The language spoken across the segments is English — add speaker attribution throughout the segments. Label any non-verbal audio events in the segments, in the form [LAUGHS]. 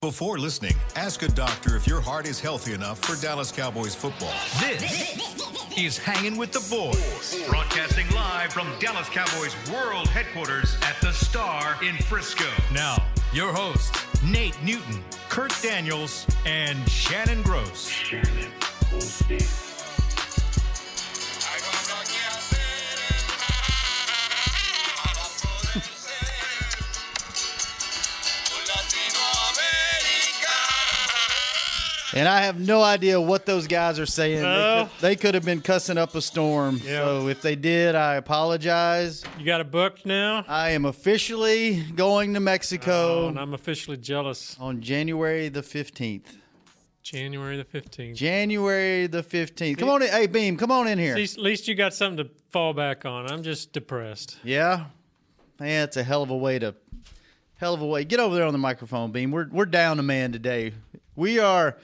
Speaker 1: Before listening, ask a doctor if your heart is healthy enough for Dallas Cowboys football.
Speaker 2: This is Hanging with the Boys, broadcasting live from Dallas Cowboys World Headquarters at the Star in Frisco. Now, your hosts, Nate Newton, Kurt Daniels, and Shannon Gross.
Speaker 3: And I have no idea what those guys are saying.
Speaker 4: Well-
Speaker 3: they, could, they could have been cussing up a storm.
Speaker 4: Yeah.
Speaker 3: So if they did, I apologize.
Speaker 4: You got a book now?
Speaker 3: I am officially going to
Speaker 4: Oh,
Speaker 3: Mexico
Speaker 4: and I'm officially jealous.
Speaker 3: on January the 15th.
Speaker 4: January the 15th.
Speaker 3: January the 15th. Come on in. Hey, Beam, come on in
Speaker 4: at,
Speaker 3: here.
Speaker 4: least, at least you got something to fall back on. I'm just depressed.
Speaker 3: Yeah. Man, it's a hell of a way to hell of a way. Get over there on the microphone, Beam. We're we're down a man today. We are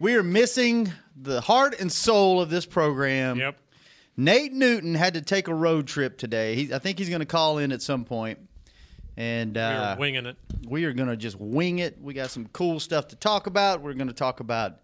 Speaker 3: we are missing the heart and soul of this program.
Speaker 4: Yep.
Speaker 3: Nate Newton had to take a road trip today. He, I think he's going to call in at some point, and
Speaker 4: You're
Speaker 3: uh,
Speaker 4: winging it.
Speaker 3: we are going to just wing it. We got some cool stuff to talk about. We're going to talk about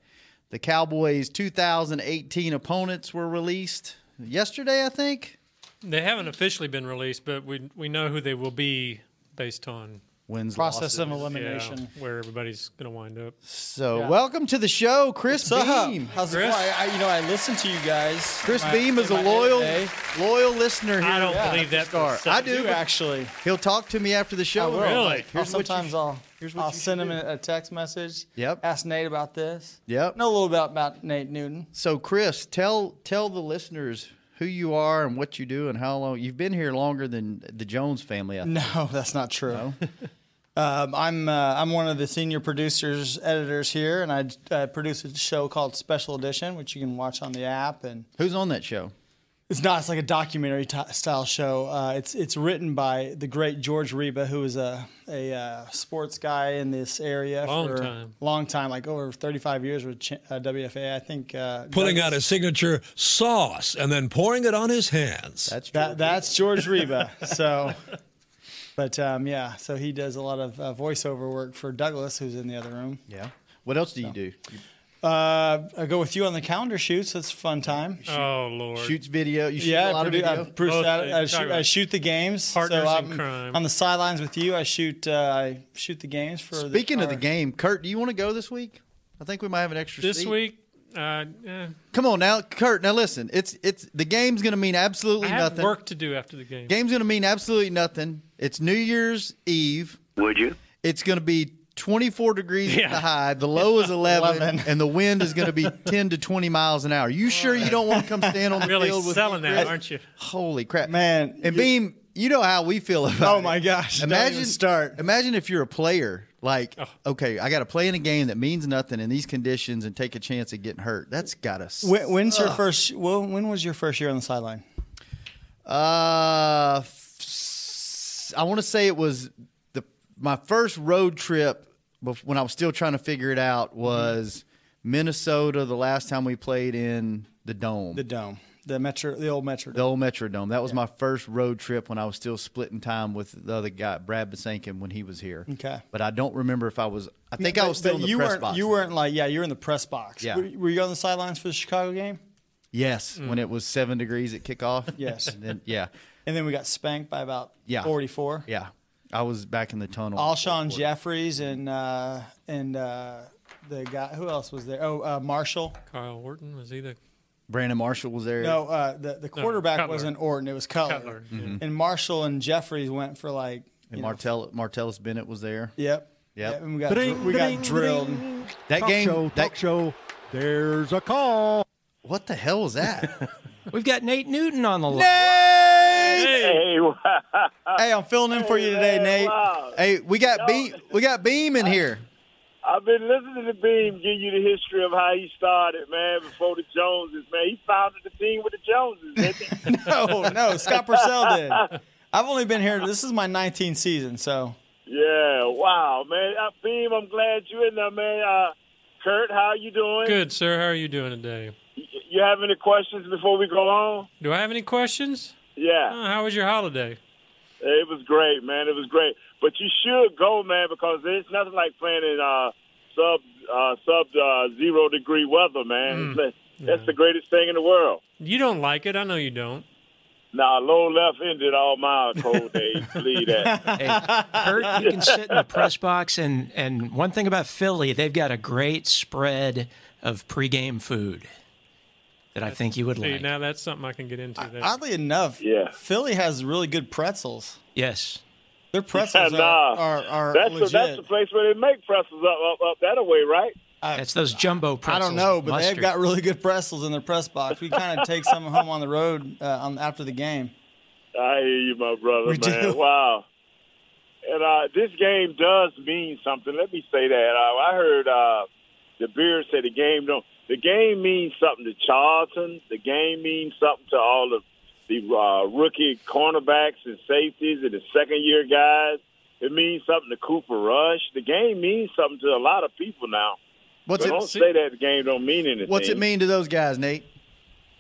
Speaker 3: the Cowboys' 2018 opponents were released yesterday, I think.
Speaker 4: They haven't officially been released, but we we know who they will be based on
Speaker 3: Wins
Speaker 5: process
Speaker 3: losses.
Speaker 5: of
Speaker 4: yeah,
Speaker 5: elimination.
Speaker 4: where everybody's going to wind up.
Speaker 3: So welcome to the show, Chris
Speaker 5: What's up?
Speaker 3: Beam.
Speaker 5: How's
Speaker 4: Chris?
Speaker 5: it going? I, you know, I listen to you guys.
Speaker 3: Chris
Speaker 5: My-
Speaker 3: Beam is
Speaker 5: in
Speaker 3: a
Speaker 5: my
Speaker 3: loyal
Speaker 5: day-to-day.
Speaker 3: loyal listener here.
Speaker 4: I don't
Speaker 5: Yeah,
Speaker 4: believe that. for a
Speaker 3: Star. I
Speaker 4: second.
Speaker 5: I
Speaker 3: do.
Speaker 5: do actually.
Speaker 3: He'll talk to me after the show.
Speaker 5: I will.
Speaker 3: and I'm
Speaker 4: Really?
Speaker 3: like,
Speaker 5: I'll
Speaker 3: "Here's what you
Speaker 5: sometimes
Speaker 3: should-"
Speaker 5: I'll
Speaker 3: here's what
Speaker 5: I'll
Speaker 3: you should
Speaker 5: send him
Speaker 3: do.
Speaker 5: a text message.
Speaker 3: Yep.
Speaker 5: Ask Nate about this.
Speaker 3: Yep.
Speaker 5: Know a little bit about Nate Newton.
Speaker 3: So, Chris, tell tell the listeners who you are and what you do and how long you've been here longer than the Jones family. I think.
Speaker 5: [LAUGHS] No, that's not true. [LAUGHS] um, I'm uh, I'm one of the senior producers editors here, and I uh, produce a show called Special Edition, which you can watch on the app and.
Speaker 3: Who's on that show?
Speaker 5: It's not. It's like a documentary t- style show. Uh, it's it's written by the great George Reba, who is a a uh, sports guy in this area
Speaker 4: Long
Speaker 5: for
Speaker 4: time.
Speaker 5: long time, like over 35 years with Ch- uh, WFA. I think uh,
Speaker 6: putting
Speaker 5: Douglas-
Speaker 6: out his signature sauce and then pouring it on his hands.
Speaker 3: That's
Speaker 5: that that's George Reba. [LAUGHS] so, but um, yeah, so he does a lot of uh, voiceover work for Douglas, who's in the other room.
Speaker 3: yeah. What else do you do? You
Speaker 5: Uh, I go with you on the calendar shoots. It's a fun time.
Speaker 4: Oh Lord.
Speaker 3: shoots video. You shoot
Speaker 5: Yeah,
Speaker 3: a lot
Speaker 5: I, produ-
Speaker 3: of
Speaker 5: I,
Speaker 3: video.
Speaker 5: produce
Speaker 4: Both
Speaker 5: that.
Speaker 4: things.
Speaker 5: I,
Speaker 4: Talk
Speaker 5: shoot,
Speaker 4: about
Speaker 5: I shoot the games.
Speaker 4: partners in
Speaker 5: so I'm
Speaker 4: crime.
Speaker 5: On the sidelines with you, I shoot. Uh, I shoot the games for.
Speaker 3: Speaking
Speaker 5: the,
Speaker 3: of the
Speaker 5: our-
Speaker 3: game, Kurt, do you want to go this week? I think we might have an extra
Speaker 4: This
Speaker 3: seat.
Speaker 4: week, uh, eh,
Speaker 3: Come on now, Kurt. Now listen, it's it's the game's going to mean
Speaker 4: I
Speaker 3: absolutely
Speaker 4: have
Speaker 3: nothing.
Speaker 4: work to do after the game.
Speaker 3: Game's going to mean absolutely nothing. It's New Year's Eve.
Speaker 7: Would you?
Speaker 3: It's going to be 24 degrees at
Speaker 4: Yeah.
Speaker 3: the high. The low
Speaker 4: [LAUGHS]
Speaker 3: is 11,
Speaker 5: 11.
Speaker 3: and the wind is going to be 10 to 20 miles an hour. You sure you don't want to come stand on the
Speaker 4: Really
Speaker 3: field with
Speaker 4: selling
Speaker 3: me,
Speaker 4: that,
Speaker 3: Chris?
Speaker 4: aren't you?
Speaker 3: Holy crap,
Speaker 5: Man,
Speaker 3: And
Speaker 5: you-
Speaker 3: Beam, you know how we feel about.
Speaker 5: Oh my
Speaker 3: it.
Speaker 5: gosh! don't
Speaker 3: Imagine
Speaker 5: even start.
Speaker 3: Imagine if you're a player. Like,
Speaker 4: Oh.
Speaker 3: okay, I got to play in a game that means nothing in these conditions and take a chance of getting hurt. That's got us.
Speaker 5: When, when's your first? When, when was your first year on the sideline?
Speaker 3: Uh, f- I want to say it was the my first road trip bef- when I was still trying to figure it out was Minnesota. The last time we played in the dome,
Speaker 5: The
Speaker 3: the,
Speaker 5: dome, the metro, the old metro. Dome.
Speaker 3: old Metrodome. That was my first road trip when I was still splitting time with the other guy, Brad Basankin, when he was here.
Speaker 5: Okay.
Speaker 3: but I don't remember if I was. I think I was still in the
Speaker 5: you
Speaker 3: press
Speaker 5: weren't,
Speaker 3: box.
Speaker 5: You weren't like yeah, you were in the press box.
Speaker 3: Yeah.
Speaker 5: Were, were you on the sidelines for the Chicago game?
Speaker 3: Yes, when it was seven degrees at kickoff.
Speaker 5: Mm. Yes.
Speaker 3: [LAUGHS] and then yeah,
Speaker 5: And then we got spanked by about
Speaker 3: Yeah.
Speaker 5: 44.
Speaker 3: yeah. I was back in the tunnel.
Speaker 5: Alshon Jeffries and uh, and uh, the guy who else was there? Oh, uh, Marshall.
Speaker 4: Kyle Wharton was he the
Speaker 3: Brandon Marshall was there.
Speaker 5: No, uh, the the quarterback
Speaker 4: Cutler.
Speaker 5: wasn't Orton; it was Cutler.
Speaker 4: Cutler, yeah.
Speaker 5: And Marshall and Jeffries went for like. you
Speaker 3: And
Speaker 5: know,
Speaker 3: Martell, Martellus Bennett was there.
Speaker 5: Yep.
Speaker 3: Yep.
Speaker 5: And we got we got drilled.
Speaker 3: That game, that,
Speaker 8: show. There's a call.
Speaker 3: what the hell was that?
Speaker 9: [LAUGHS] We've got Nate Newton on the line.
Speaker 7: Hey,
Speaker 3: hey, I'm filling in for you today, Nate.
Speaker 7: wow.
Speaker 3: Hey, we got beam, we got Beam in here.
Speaker 7: I've been listening to Beam give you the history of how he started, man, before the Joneses, man. He founded the team with the Joneses, didn't he?
Speaker 5: [LAUGHS] No, no, Scott Purcell did. I've only been here. This is my 19th season, so
Speaker 4: [LAUGHS]
Speaker 7: yeah, wow, man. Uh, Beam, I'm glad you're in there, man. Uh, Kurt, how you doing?
Speaker 4: good sir? How are you doing today?
Speaker 7: Y- You have any questions before we go on?
Speaker 4: Do I have any questions?
Speaker 7: Yeah,
Speaker 4: Uh, how was your holiday?
Speaker 7: it was great, man. It was great. But you should go, man, because there's nothing like playing in uh, sub uh, sub uh, zero degree weather,
Speaker 4: Mm.
Speaker 7: man. It's- That's the greatest thing in the world.
Speaker 4: You don't like it. I know you don't.
Speaker 7: Now, low left ended all my cold days. Believe that.
Speaker 9: Kurt, you can sit in the press box, and and one thing about Philly, they've got a great spread of pregame food that I think you would
Speaker 4: See,
Speaker 9: like.
Speaker 4: now that's something I can get into. That.
Speaker 5: Oddly enough,
Speaker 7: Yeah.
Speaker 5: Philly has really good pretzels.
Speaker 9: Yes,
Speaker 5: Their pretzels
Speaker 7: nah.
Speaker 5: are, are, are
Speaker 7: That's the,
Speaker 5: legit.
Speaker 7: that's the place where they make pretzels up up, up that way, right?
Speaker 9: that's those jumbo
Speaker 5: I
Speaker 9: pretzels.
Speaker 5: don't know,
Speaker 9: with
Speaker 5: but
Speaker 9: mustard.
Speaker 5: they've got really good pretzels in their press box. We kind of take some home on the road uh, on, after the game.
Speaker 7: I hear you, my brother,
Speaker 5: We
Speaker 7: man.
Speaker 5: do.
Speaker 7: Wow. And uh, this game does mean something. Let me say that. Uh, I heard uh, the beard say the game don't. The game means something to Charlton. The game means something to all of the uh, rookie cornerbacks and safeties and the second year guys. It means something to Cooper Rush. The game means something to a lot of people now.
Speaker 3: What's
Speaker 7: So don't
Speaker 3: it?
Speaker 7: say that the game don't mean anything.
Speaker 3: What's it mean to those guys, Nate?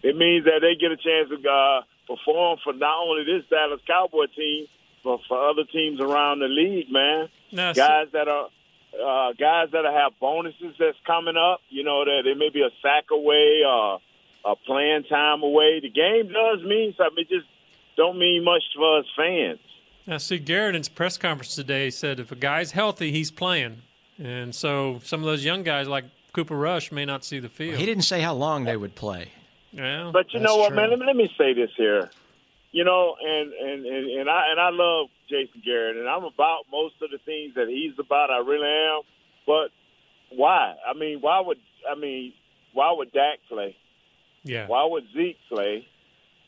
Speaker 7: It means that they get a chance to uh, perform for not only this Dallas Cowboy team, but for other teams around the league, man.
Speaker 4: No, so-
Speaker 7: guys that are uh, guys that have bonuses that's coming up. You know that it may be a sack away or a playing time away. The game does mean something. It just don't mean much for us fans.
Speaker 4: Now, see, Garrett press conference today said if a guy's healthy, he's playing. And so some of those young guys like Cooper Rush may not see the field.
Speaker 9: He didn't say how long they would play.
Speaker 4: Yeah.
Speaker 7: But you know what, man? Let me, let me say this here. You know, and, and and and I and I love Jason Garrett, and I'm about most of the things that he's about. I really am. But why? I mean, why would I mean? Why would Dak play?
Speaker 4: yeah.
Speaker 7: Why would Zeke play?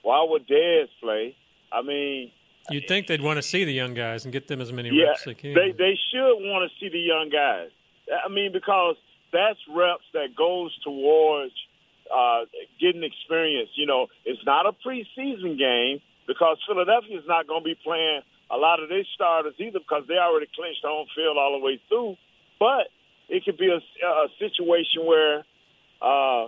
Speaker 7: Why would Dez play? I mean,
Speaker 4: You'd think they'd want to see the young guys and get them as many
Speaker 7: yeah,
Speaker 4: reps as they can.
Speaker 7: they they should want to see the young guys. I mean, because that's reps that goes towards uh, getting experience. You know, it's not a preseason game because Philadelphia's not going to be playing a lot of their starters either because they already clinched home field all the way through. But it could be a, a situation where uh,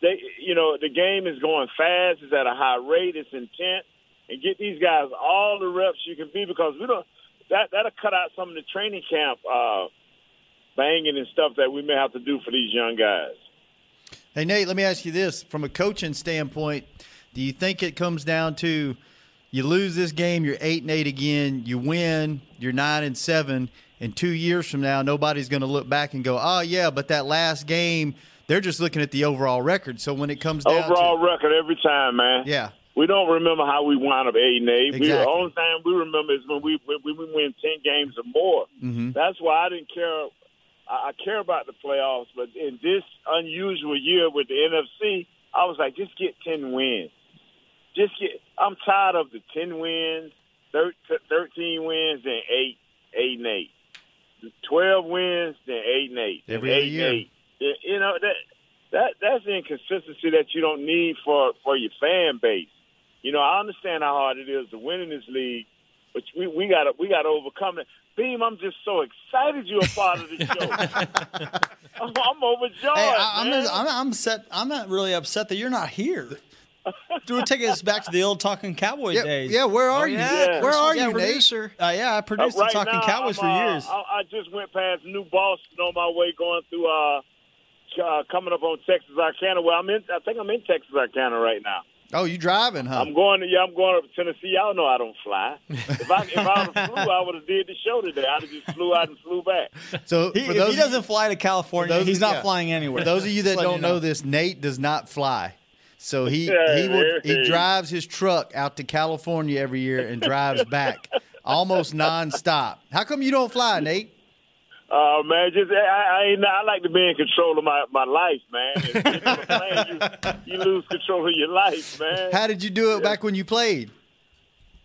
Speaker 7: they, you know, the game is going fast. It's at a high rate. It's intense, and get these guys all the reps you can be because we don't. That that'll cut out some of the training camp uh, banging and stuff that we may have to do for these young guys.
Speaker 3: Hey, Nate, let me ask you this. From a coaching standpoint, do you think it comes down to you lose this game, you're 8 and 8 again, you win, you're 9 and 7, and 2 years from now nobody's going to look back and go, "Oh yeah, but that last game, they're just looking at the overall record." So when it comes down
Speaker 7: Overall
Speaker 3: to
Speaker 7: record every time, man.
Speaker 3: Yeah.
Speaker 7: We don't remember how we wound up eight and eight. We, the
Speaker 3: Exactly.
Speaker 7: only thing we remember is when we when we win ten games or more.
Speaker 3: Mm-hmm.
Speaker 7: That's why I didn't care. I, I care about the playoffs, but in this unusual year with the NFC, I was like, just get ten wins. Just get. I'm tired of the ten wins, thir- thirteen wins, and eight, eight and eight. 12 wins, then 8 and 8. then
Speaker 3: Every
Speaker 7: eight
Speaker 3: other
Speaker 7: and
Speaker 3: year.
Speaker 7: eight. Yeah, You know, that that that's the inconsistency that you don't need for, for your fan base. You know, I understand how hard it is to win in this league, but we, we got to we gotta overcome it. Beam, I'm just so excited you're a part of the show. I'm, I'm overjoyed.
Speaker 5: Hey, I, I'm,
Speaker 7: man.
Speaker 5: I'm, I'm set. I'm not really upset that you're not here. Do it take us back to the old talking Cowboy
Speaker 3: yeah,
Speaker 5: days?
Speaker 3: yeah, where are you?
Speaker 7: Oh, yeah.
Speaker 3: Where are
Speaker 5: Yeah,
Speaker 3: you, Nate?
Speaker 5: producer. Uh, yeah, I
Speaker 7: Uh,
Speaker 5: produced the Talking
Speaker 7: now,
Speaker 5: Cowboys
Speaker 7: I'm,
Speaker 5: for
Speaker 7: uh,
Speaker 5: years.
Speaker 7: I, I just went past New Boston on my way going through, uh, uh, coming up on Texas Arcana. Well, I'm in, I think I'm in Texas Arcana right now.
Speaker 3: Oh, you driving, huh?
Speaker 7: I'm going to yeah, I'm going up to Tennessee. Y'all know I don't fly. If I if I would have flew, I would have did the show today. I'd have just flew out and flew back.
Speaker 3: so
Speaker 5: He,
Speaker 3: for
Speaker 5: if
Speaker 3: those
Speaker 5: he doesn't fly to California,
Speaker 3: those-
Speaker 5: he's not
Speaker 3: yeah.
Speaker 5: flying anywhere.
Speaker 3: For those of you that
Speaker 5: Just letting
Speaker 3: don't know this, Nate does not fly. So he
Speaker 7: Yeah,
Speaker 3: he will,
Speaker 7: there it
Speaker 3: he
Speaker 7: is.
Speaker 3: drives his truck out to California every year and drives back almost nonstop. How come you don't fly, Nate?
Speaker 7: Oh man, just I, I ain't I like to be in control of my my life, man. If you get on a plane, you, you lose control of your life, man.
Speaker 3: How did you do it back when you played?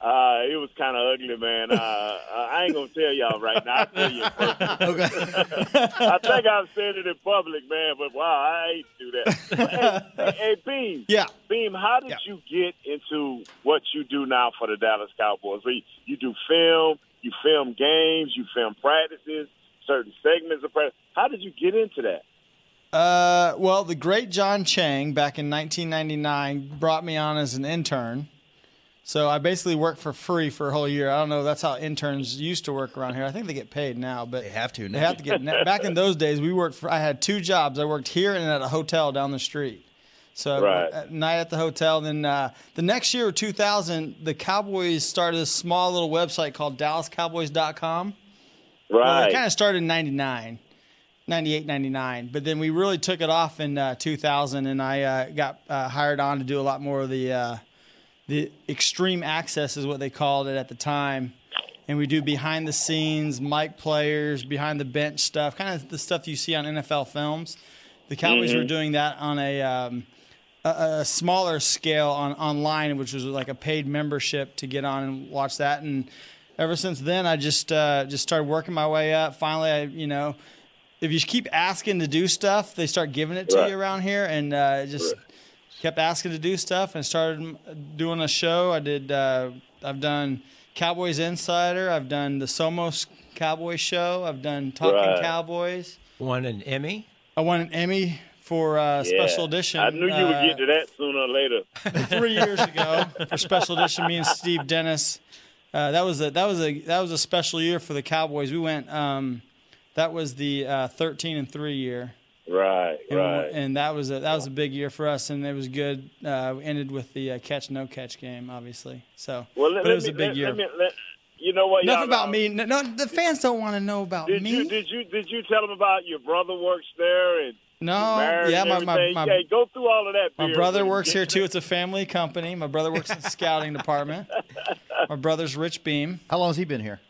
Speaker 7: Uh, it was kind of ugly, man. Uh, I ain't gonna tell y'all right now. I'll tell you in person.
Speaker 5: [LAUGHS]
Speaker 3: Okay.
Speaker 7: [LAUGHS] I think I've said it in public, man. But wow, I hate to do that. hey, hey, Beam.
Speaker 5: [LAUGHS] Yeah.
Speaker 7: Beam, how did you get into what you do now for the Dallas Cowboys? Where you, you do film, you film games, you film practices, certain segments of practice. How did you get into that?
Speaker 5: Uh, well, the great John Chang back in 1999 brought me on as an intern So I basically work for free for a whole year. I don't know. That's how interns used to work around here. I think they get paid now, but they
Speaker 3: have to.
Speaker 5: They have to get. Now. Back in those days, we worked for. I had two jobs. I worked here and at a hotel down the street. So
Speaker 7: Right.
Speaker 5: at night at the hotel. Then uh, the next year, 2000, the Cowboys started a small little website called DallasCowboys.com. Well,
Speaker 7: Right.
Speaker 5: it kind of started in 99, 98, 99. But then we really took it off in uh, 2000, and I uh, got uh, hired on to do a lot more of the, uh, the extreme access, is what they called it at the time. And we do behind the scenes, mic players, behind the bench stuff, kind of the stuff you see on NFL films. The Cowboys were doing that on a. Um, a, a smaller scale on online, which was like a paid membership to get on and watch that. And ever since then, I just uh, just started working my way up. Finally, I you know, if you keep asking to do stuff, they start giving it to
Speaker 7: Right.
Speaker 5: you around here, and uh, it just kept asking to do stuff and started m- doing a show. I did. Uh, I've done Cowboys Insider. I've done the Somos Cowboys show. I've done Talking
Speaker 7: Right.
Speaker 5: Cowboys.
Speaker 9: Won an Emmy.
Speaker 5: I won an Emmy for uh,
Speaker 7: Yeah.
Speaker 5: special edition.
Speaker 7: I knew you
Speaker 5: uh,
Speaker 7: would get to that sooner or later.
Speaker 5: three years ago for special edition. Me and Steve Dennis. Uh, that was a that was a that was a special year for the Cowboys. We went. Um, that was the uh, thirteen and three year,
Speaker 7: Right,
Speaker 5: and,
Speaker 7: right.
Speaker 5: and that was a that was a big year for us, and it was good. Uh, we ended with the uh, catch no catch game, obviously. So,
Speaker 7: well, let,
Speaker 5: but
Speaker 7: let
Speaker 5: it was
Speaker 7: me,
Speaker 5: a big
Speaker 7: let-
Speaker 5: year.
Speaker 7: let me- let- you know what?
Speaker 5: Enough
Speaker 7: y'all- uh,
Speaker 5: about me. No, no, the fans don't want to know about
Speaker 7: Did
Speaker 5: me.
Speaker 7: you did you did you tell them about your brother works there and
Speaker 5: no,
Speaker 7: married
Speaker 5: Oh, yeah,
Speaker 7: and
Speaker 5: my my,
Speaker 7: everything?
Speaker 5: my,
Speaker 7: yeah, go through all of that.
Speaker 5: My
Speaker 7: Beard.
Speaker 5: brother works here too. It's a family company. My brother works in the scouting department. My brother's Rich Beam.
Speaker 3: How long has he been here?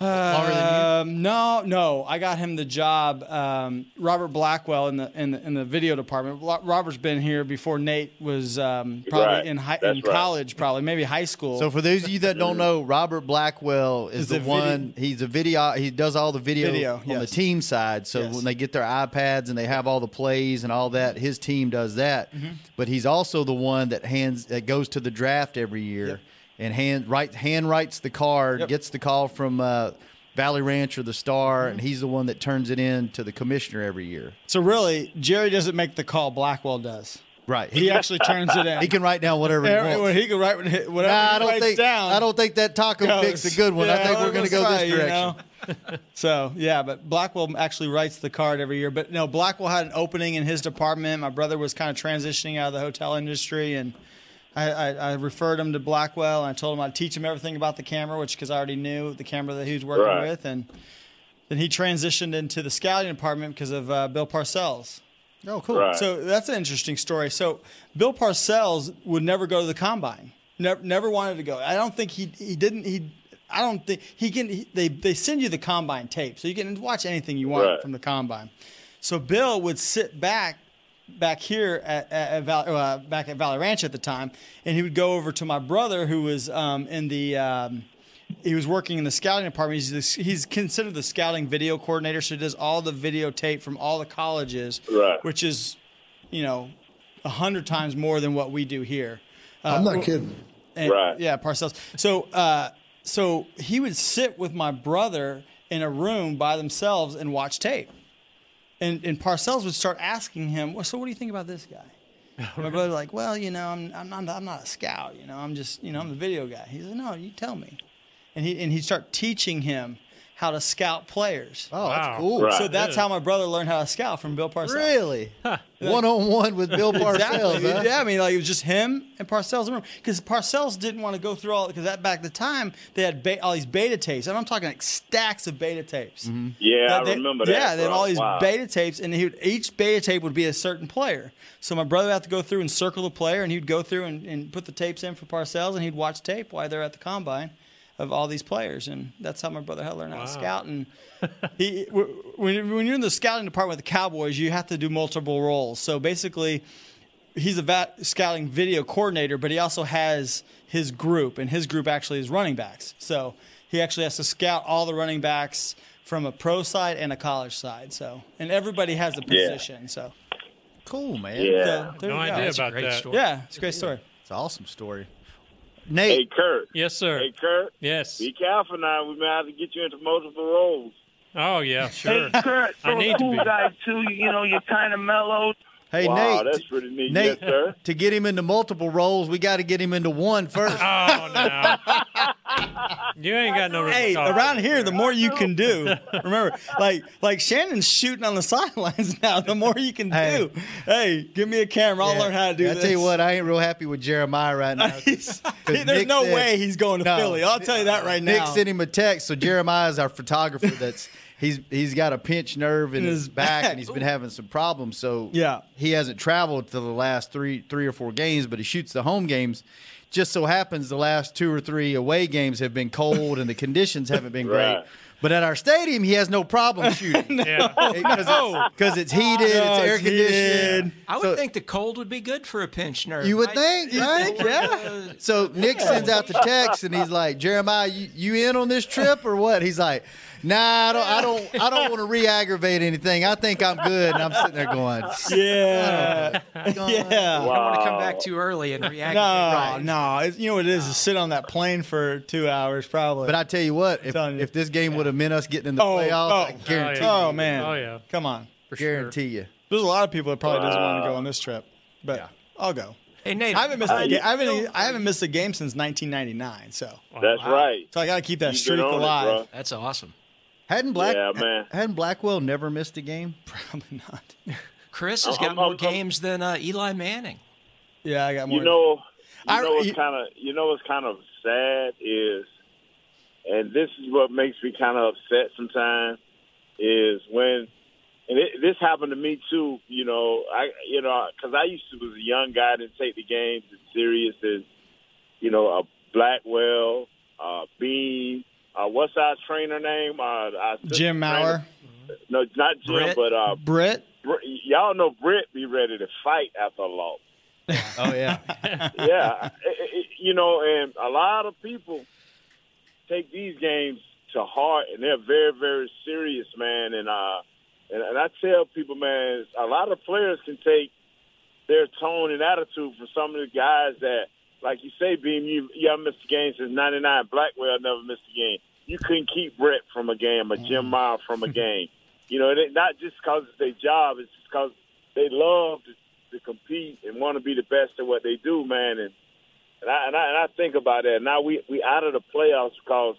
Speaker 5: Um, no, no, I got him the job. Um, Robert Blackwell in the in the in the video department. Lo- Robert's been here before Nate was um, probably
Speaker 7: Right.
Speaker 5: in high,
Speaker 7: That's
Speaker 5: in
Speaker 7: right.
Speaker 5: college, probably maybe high school.
Speaker 3: So for those of you that don't know, Robert Blackwell is
Speaker 5: Is
Speaker 3: the
Speaker 5: the
Speaker 3: one. He's a video. He does all the video,
Speaker 5: Video,
Speaker 3: on
Speaker 5: yes.
Speaker 3: the team side. So
Speaker 5: Yes.
Speaker 3: when they get their iPads and they have all the plays and all that, his team does that.
Speaker 5: Mm-hmm.
Speaker 3: But he's also the one that hands that goes to the draft every year and hand write hand writes the card,
Speaker 5: Yep.
Speaker 3: gets the call from. Uh, Valley Ranch or the Star,
Speaker 5: Mm-hmm.
Speaker 3: and he's the one that turns it in to the commissioner every year.
Speaker 5: so really, Jerry doesn't make the call. Blackwell does.
Speaker 3: Right,
Speaker 5: He
Speaker 3: he,
Speaker 5: actually turns it in.
Speaker 3: [LAUGHS] he can write down whatever he
Speaker 5: Every-
Speaker 3: wants.
Speaker 5: when he can write what he- whatever
Speaker 3: Nah,
Speaker 5: he
Speaker 3: I don't
Speaker 5: writes
Speaker 3: think
Speaker 5: down.
Speaker 3: I don't think that taco pick's a good one. I
Speaker 5: Yeah,
Speaker 3: think we're
Speaker 5: was
Speaker 3: going to go
Speaker 5: gonna
Speaker 3: this
Speaker 5: say, you
Speaker 3: direction.
Speaker 5: know? [LAUGHS] so yeah, but Blackwell actually writes the card every year. But no, Blackwell had an opening in his department. My brother was kind of transitioning out of the hotel industry, and I, I, I referred him to Blackwell. And I told him I'd teach him everything about the camera, which because I already knew the camera that he was working
Speaker 7: Right.
Speaker 5: with, and then he transitioned into the scouting department because of uh, Bill Parcells.
Speaker 3: Oh, cool.
Speaker 7: Right.
Speaker 5: So that's an interesting story. So Bill Parcells would never go to the combine. Never, never wanted to go. I don't think he he didn't he. I don't think he can. He, they they send you the combine tape, so you can watch anything you want
Speaker 7: Right.
Speaker 5: from the combine. So Bill would sit back back here at, at, at Val, uh, back at Valley Ranch at the time, and he would go over to my brother who was um, in the. Um, he was working in the scouting department. He's, this, he's considered the scouting video coordinator, so he does all the videotape from all the colleges,
Speaker 7: Right.
Speaker 5: which is, you know, a hundred times more than what we do here. Uh,
Speaker 10: I'm not kidding.
Speaker 5: And-
Speaker 7: Right.
Speaker 5: Yeah, Parcells. So, uh, so he would sit with my brother in a room by themselves and watch tape. And, and Parcells would start asking him, well, so what do you think about this guy?
Speaker 7: [LAUGHS]
Speaker 5: And my brother's like, well, you know, I'm, I'm, not, I'm not a scout. You know, I'm just, you know, I'm the video guy. He said, no, you tell me. And, he, and he'd start teaching him how to scout players.
Speaker 3: Oh, that's
Speaker 4: Wow.
Speaker 3: cool.
Speaker 7: Right.
Speaker 5: So that's how my brother learned how to scout from Bill Parcells.
Speaker 3: Really? One on one with Bill
Speaker 5: [LAUGHS]
Speaker 3: Parcells.
Speaker 5: Exactly.
Speaker 3: huh?
Speaker 5: Yeah, I mean, like it was just him and Parcells in the room because Parcells didn't want to go through all because that back at the time they had be- all these beta tapes, and I'm talking like stacks of beta tapes.
Speaker 3: Mm-hmm.
Speaker 7: yeah,
Speaker 5: That they-
Speaker 7: I remember that.
Speaker 5: Yeah, they had
Speaker 7: bro.
Speaker 5: all these
Speaker 7: Wow.
Speaker 5: beta tapes, and he would, each beta tape would be a certain player. So my brother would have to go through and circle the player, and he'd go through and, and put the tapes in for Parcells, and he'd watch tape while they're at the combine of all these players, and that's how my brother had learned how to scout. And
Speaker 3: [LAUGHS]
Speaker 5: he, w- when when you're in the scouting department with the Cowboys, you have to do multiple roles. So basically he's a va- scouting video coordinator, but he also has his group, and his group actually is running backs. So he actually has to scout all the running backs from a pro side and a college side. So and everybody has a position. So,
Speaker 3: Cool, man.
Speaker 7: Yeah.
Speaker 5: so there
Speaker 4: No
Speaker 5: you go.
Speaker 4: idea about
Speaker 9: Great
Speaker 4: that.
Speaker 9: story.
Speaker 5: Yeah, it's a great story.
Speaker 3: It's an awesome story.
Speaker 7: Hey,
Speaker 3: Nate,
Speaker 7: Kurt.
Speaker 4: Yes, sir.
Speaker 7: Hey, Kurt.
Speaker 4: Yes.
Speaker 7: Be careful now. We may have to get you into multiple roles.
Speaker 4: Oh yeah, sure.
Speaker 11: Kurt,
Speaker 4: I
Speaker 11: so
Speaker 4: need to
Speaker 11: cool
Speaker 4: be.
Speaker 11: guy too. You know, you're kind of mellowed.
Speaker 3: Hey
Speaker 7: wow,
Speaker 3: Nate,
Speaker 7: that's pretty neat.
Speaker 3: Nate,
Speaker 5: [LAUGHS]
Speaker 7: yes, sir.
Speaker 3: to get him into multiple roles, we got to get him into one first.
Speaker 4: [LAUGHS] Oh no.
Speaker 7: [LAUGHS]
Speaker 4: you ain't got no. room to
Speaker 5: Hey,
Speaker 4: talk.
Speaker 5: around here, the more you can do. Remember, like like Shannon's shooting on the [LAUGHS] sidelines now. The more you can
Speaker 3: Hey.
Speaker 5: do. Hey, give me a camera. I'll learn how to do
Speaker 3: I
Speaker 5: this.
Speaker 3: tell you what, I ain't real happy with Jeremiah right
Speaker 5: [LAUGHS]
Speaker 3: now.
Speaker 5: He's-
Speaker 3: Because
Speaker 5: there's
Speaker 3: Nick
Speaker 5: no
Speaker 3: said-
Speaker 5: way he's going to
Speaker 3: No.
Speaker 5: Philly. I'll tell you that right now.
Speaker 3: Nick sent him a text. So Jeremiah is our photographer. That's he's he's got a pinched nerve in his,
Speaker 5: his
Speaker 3: back,
Speaker 5: back.
Speaker 3: and he's been having some problems. So
Speaker 5: Yeah.
Speaker 3: he hasn't traveled to the last three three or four games, but he shoots the home games. Just so happens the last two or three away games have been cold, and the conditions haven't been great.
Speaker 7: Right.
Speaker 3: But at our stadium, he has no problem shooting
Speaker 4: Yeah.
Speaker 3: because it's, heated,
Speaker 5: No,
Speaker 3: it's air
Speaker 5: it's heated.
Speaker 3: conditioned.
Speaker 9: I would
Speaker 3: So-
Speaker 9: think the cold would be good for a pinch nerve.
Speaker 3: You would
Speaker 9: I-
Speaker 3: think, right?
Speaker 5: yeah.
Speaker 3: So Nick sends out the text and he's like, Jeremiah, you, you in on this trip or what? He's like, Nah, I don't, I don't, I don't want to re-aggravate anything. I think I'm good. And I'm sitting there going,
Speaker 5: [LAUGHS] Yeah. yeah.
Speaker 9: I don't want to come back too early and react.
Speaker 5: No, no. It's, you know what it is? Is sit on that plane for two hours, probably.
Speaker 3: But I tell you what, if,
Speaker 5: Telling you.
Speaker 3: if this game would have meant us getting in the
Speaker 5: Oh,
Speaker 3: playoffs, I
Speaker 5: oh. Oh,
Speaker 3: guarantee,
Speaker 4: yeah.
Speaker 5: oh man.
Speaker 4: Oh, yeah.
Speaker 5: Come on.
Speaker 3: guarantee you.
Speaker 5: There's a lot of people that probably doesn't want to go on this trip, but I'll go.
Speaker 9: Hey, Nate,
Speaker 5: I haven't missed a
Speaker 7: Uh,
Speaker 9: you
Speaker 5: game. I haven't. e,
Speaker 9: still-
Speaker 5: I haven't missed a game since 1999. So,
Speaker 7: That's right.
Speaker 5: so I got to keep that
Speaker 7: You've
Speaker 5: streak
Speaker 7: been on it,
Speaker 5: alive. [LAUGHS]
Speaker 7: bro.
Speaker 9: That's awesome.
Speaker 3: Hadn't Black,
Speaker 7: Yeah, man.
Speaker 3: hadn't Blackwell never missed a game?
Speaker 5: Probably not.
Speaker 9: Chris has
Speaker 7: I'm-
Speaker 9: got
Speaker 7: I'm-
Speaker 9: more
Speaker 7: I'm-
Speaker 9: games than uh, Eli Manning.
Speaker 5: Yeah, I got more.
Speaker 7: You know, you
Speaker 5: I-
Speaker 7: know
Speaker 5: you-
Speaker 7: what's kind of you know what's kind of sad is, and this is what makes me kind of upset sometimes is when, and it, this happened to me too. You know, I you know because I used to was a young guy didn't take the games as serious as, you know, a Blackwell, uh, Beam. Uh, what's our trainer name? Uh, our
Speaker 5: Jim
Speaker 7: trainer-
Speaker 5: Mauer,
Speaker 7: No, not Jim,
Speaker 9: Britt?
Speaker 7: but uh,
Speaker 5: Britt.
Speaker 7: Br- y'all know Britt be ready to fight after a loss
Speaker 3: Oh yeah,
Speaker 7: yeah, I- I- I- you know, and a lot of people take these games to heart, and they're very, very serious, man. And uh, and, and I tell people, man, a lot of players can take their tone and attitude from some of the guys that, like you say, Beam, you you haven't missed a game since '99. Blackwell never missed a game. You couldn't keep Brett from a game, or Jim Meyer from a game. You know, and it, not just because it's their job, it's just because they love to, to compete and want to be the best at what they do, man. And and I, and I and I think about that. Now we we out of the playoffs because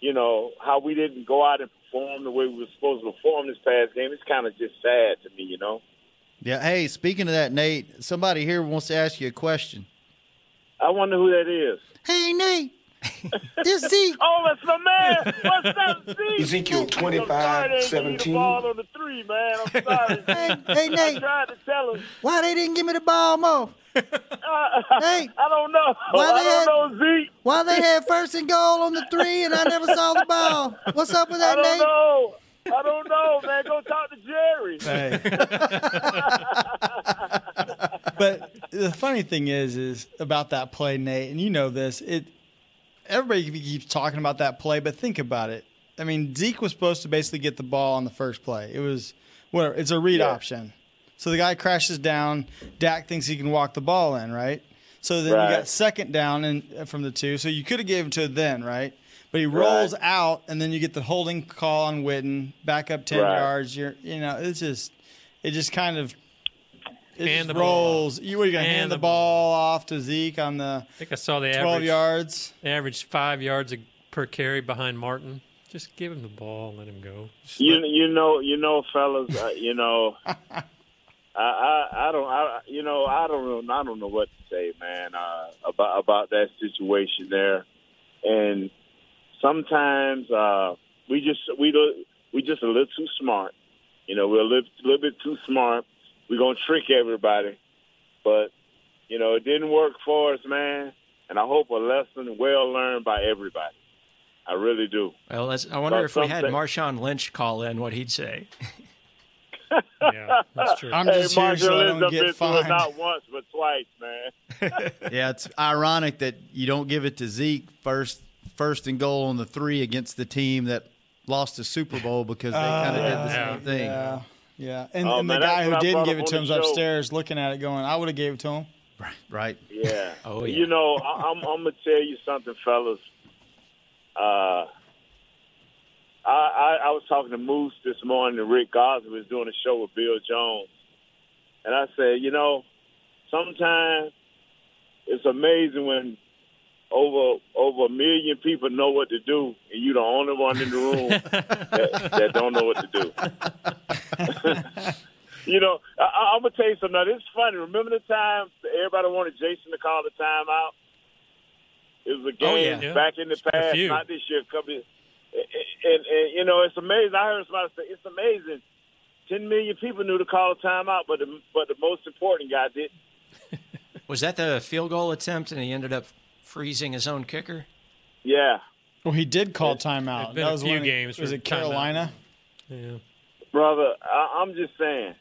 Speaker 7: you know how we didn't go out and perform the way we were supposed to perform this past game. It's kind of just sad to me, you know.
Speaker 3: [LAUGHS] yeah. Hey, speaking of that, Nate, somebody here wants to ask you a question.
Speaker 7: I wonder who that is.
Speaker 3: Hey, Nate, this Zeke
Speaker 7: Oh, that's my man. What's up, Z?
Speaker 10: Ezekiel
Speaker 7: I'm sorry they didn't give me the
Speaker 10: 25-17.
Speaker 7: ball on the three, man. I'm sorry.
Speaker 3: Hey, hey,
Speaker 7: I
Speaker 3: Nate.
Speaker 7: tried to tell him.
Speaker 3: Why they didn't give me the ball more? hey,
Speaker 7: I don't know.
Speaker 3: Why they
Speaker 7: I don't
Speaker 3: had-
Speaker 7: know, Zeke.
Speaker 3: why they had first and goal on the three and I never saw the ball? What's up
Speaker 7: [LAUGHS]
Speaker 3: with
Speaker 7: I
Speaker 3: that,
Speaker 7: don't
Speaker 3: Nate?
Speaker 7: know. I don't know, man. Go talk to Jerry. [LAUGHS]
Speaker 5: Hey. but the funny thing is, is about that play, Nate, and you know this. It everybody keeps talking about that play, but think about it. I mean, Zeke was supposed to basically get the ball on the first play. It was whatever. It's a read option. So the guy crashes down. Dak thinks he can walk the ball in, right? So then
Speaker 7: Right.
Speaker 5: you got second down and from the two. So you could have gave him to it then, right? But he rolls
Speaker 7: Right.
Speaker 5: out, and then you get the holding call on Witten, back up ten
Speaker 7: Right.
Speaker 5: yards. You're, you know, it's just, it just kind of, it
Speaker 4: Hand
Speaker 5: just
Speaker 4: the ball
Speaker 5: rolls. You were gonna
Speaker 4: Hand
Speaker 5: hand
Speaker 4: the
Speaker 5: the ball off to Zeke on the
Speaker 4: I think I saw the
Speaker 5: twelve
Speaker 4: average.
Speaker 5: yards.
Speaker 4: They averaged five yards a- per carry behind Martin. Just give him the ball, let
Speaker 7: [LAUGHS]
Speaker 4: him go. Just
Speaker 7: You
Speaker 4: let-
Speaker 7: you know you know fellas uh, you know I, I I don't I you know I don't know I don't know what to say man uh, about about that situation there and sometimes uh, we just we do we just a little too smart you know we're a little, little bit too smart we're gonna trick everybody but you know it didn't work for us man and I hope a lesson well learned by everybody I really do.
Speaker 9: Well, that's, I wonder
Speaker 7: Well,
Speaker 9: if we had
Speaker 7: something-
Speaker 9: Marshawn Lynch call in, what he'd say.
Speaker 4: yeah, that's true.
Speaker 5: I'm
Speaker 7: Hey,
Speaker 5: just here so I
Speaker 7: Marshall,
Speaker 5: don't
Speaker 7: I've been
Speaker 5: get
Speaker 7: through it [LAUGHS]
Speaker 5: fined.
Speaker 7: not once but twice, man.
Speaker 3: Yeah, it's ironic that you don't give it to Zeke first, first and goal on the three against the team that lost the Super Bowl because they
Speaker 9: Oh,
Speaker 3: kind of did the
Speaker 4: yeah.
Speaker 3: same thing.
Speaker 5: Yeah, yeah. And,
Speaker 7: Oh,
Speaker 5: and
Speaker 7: man,
Speaker 5: the
Speaker 7: that's
Speaker 5: guy
Speaker 7: what
Speaker 5: who
Speaker 7: I
Speaker 5: didn't
Speaker 7: brought
Speaker 5: give
Speaker 7: up
Speaker 5: it to
Speaker 7: on
Speaker 5: him is
Speaker 7: the show.
Speaker 5: upstairs looking at it, going, "I would have gave it to him."
Speaker 3: Right?
Speaker 5: [LAUGHS]
Speaker 7: Yeah.
Speaker 9: Oh, yeah.
Speaker 7: You know, I, I'm, I'm gonna tell you something, fellas. Uh, I, I I was talking to Moose this morning, and Rick Gosler was doing a show with Bill Jones, and I said, you know, sometimes it's amazing when over over a million people know what to do, and you're the only one in the room that, that don't know what to do. [LAUGHS] you know, I- I, I'm gonna tell you something. Now, this is funny. Remember the time that everybody wanted Jason to call the timeout? It was a
Speaker 4: Oh,
Speaker 7: game
Speaker 4: yeah.
Speaker 7: back in the
Speaker 4: a
Speaker 7: past,
Speaker 4: few.
Speaker 7: not this year. a Couple, and, and, and you know, it's amazing. I heard somebody say it's amazing. Ten million people knew to call a timeout, but the, but the most important guy did.
Speaker 9: Was that the field goal attempt and he ended up freezing his own kicker?
Speaker 7: Yeah,
Speaker 5: Well, he did call
Speaker 4: There've
Speaker 5: timeout.
Speaker 4: been
Speaker 5: that
Speaker 4: a
Speaker 5: was
Speaker 4: few
Speaker 5: when it-
Speaker 4: games
Speaker 5: Was
Speaker 4: for
Speaker 5: it
Speaker 4: timeout.
Speaker 5: Carolina?
Speaker 4: Yeah.
Speaker 7: brother. I, I'm just saying,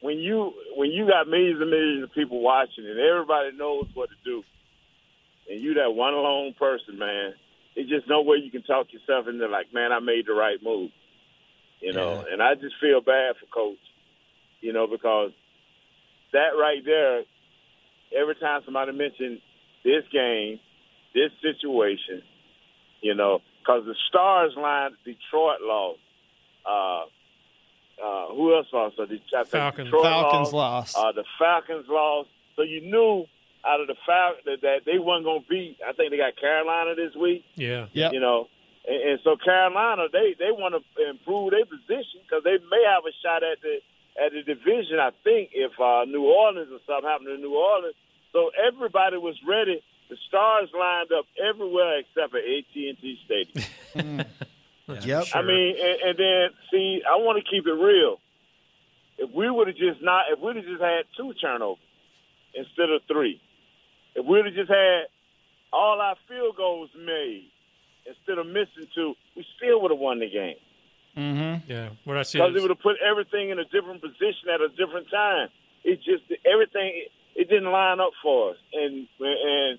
Speaker 7: when you when you got millions and millions of people watching and everybody knows what to do, and you that one lone person, man, there's just no way you can talk yourself into like, man, I made the right move, you know. And I just feel bad for Coach, you know, because that right there, every time somebody mentioned this game, this situation, you know, because the stars line Detroit lost. Uh, uh, who else lost? So the, I think
Speaker 4: Falcons.
Speaker 7: Detroit
Speaker 5: Falcons
Speaker 7: lost.
Speaker 5: lost.
Speaker 7: Uh, the Falcons lost. So you knew out of the Falcons that, that they weren't going to beat. I think they got Carolina this week.
Speaker 4: Yeah.
Speaker 5: Yep.
Speaker 7: You know, and, and so Carolina they they want to improve their position because they may have a shot at the at the division. I think if uh, New Orleans or something happened to New Orleans, so everybody was ready. The stars lined up everywhere except for AT&T Stadium.
Speaker 3: Yep.
Speaker 7: I mean, and, and then see, I want to keep it real. If we would have just not, if we'd have just had two turnovers instead of three, if we'd have just had all our field goals made instead of missing two, we still would have won the game
Speaker 4: Yeah. What I see
Speaker 7: because it
Speaker 4: is-
Speaker 7: would have put everything in a different position at a different time. It just everything it didn't line up for us, and and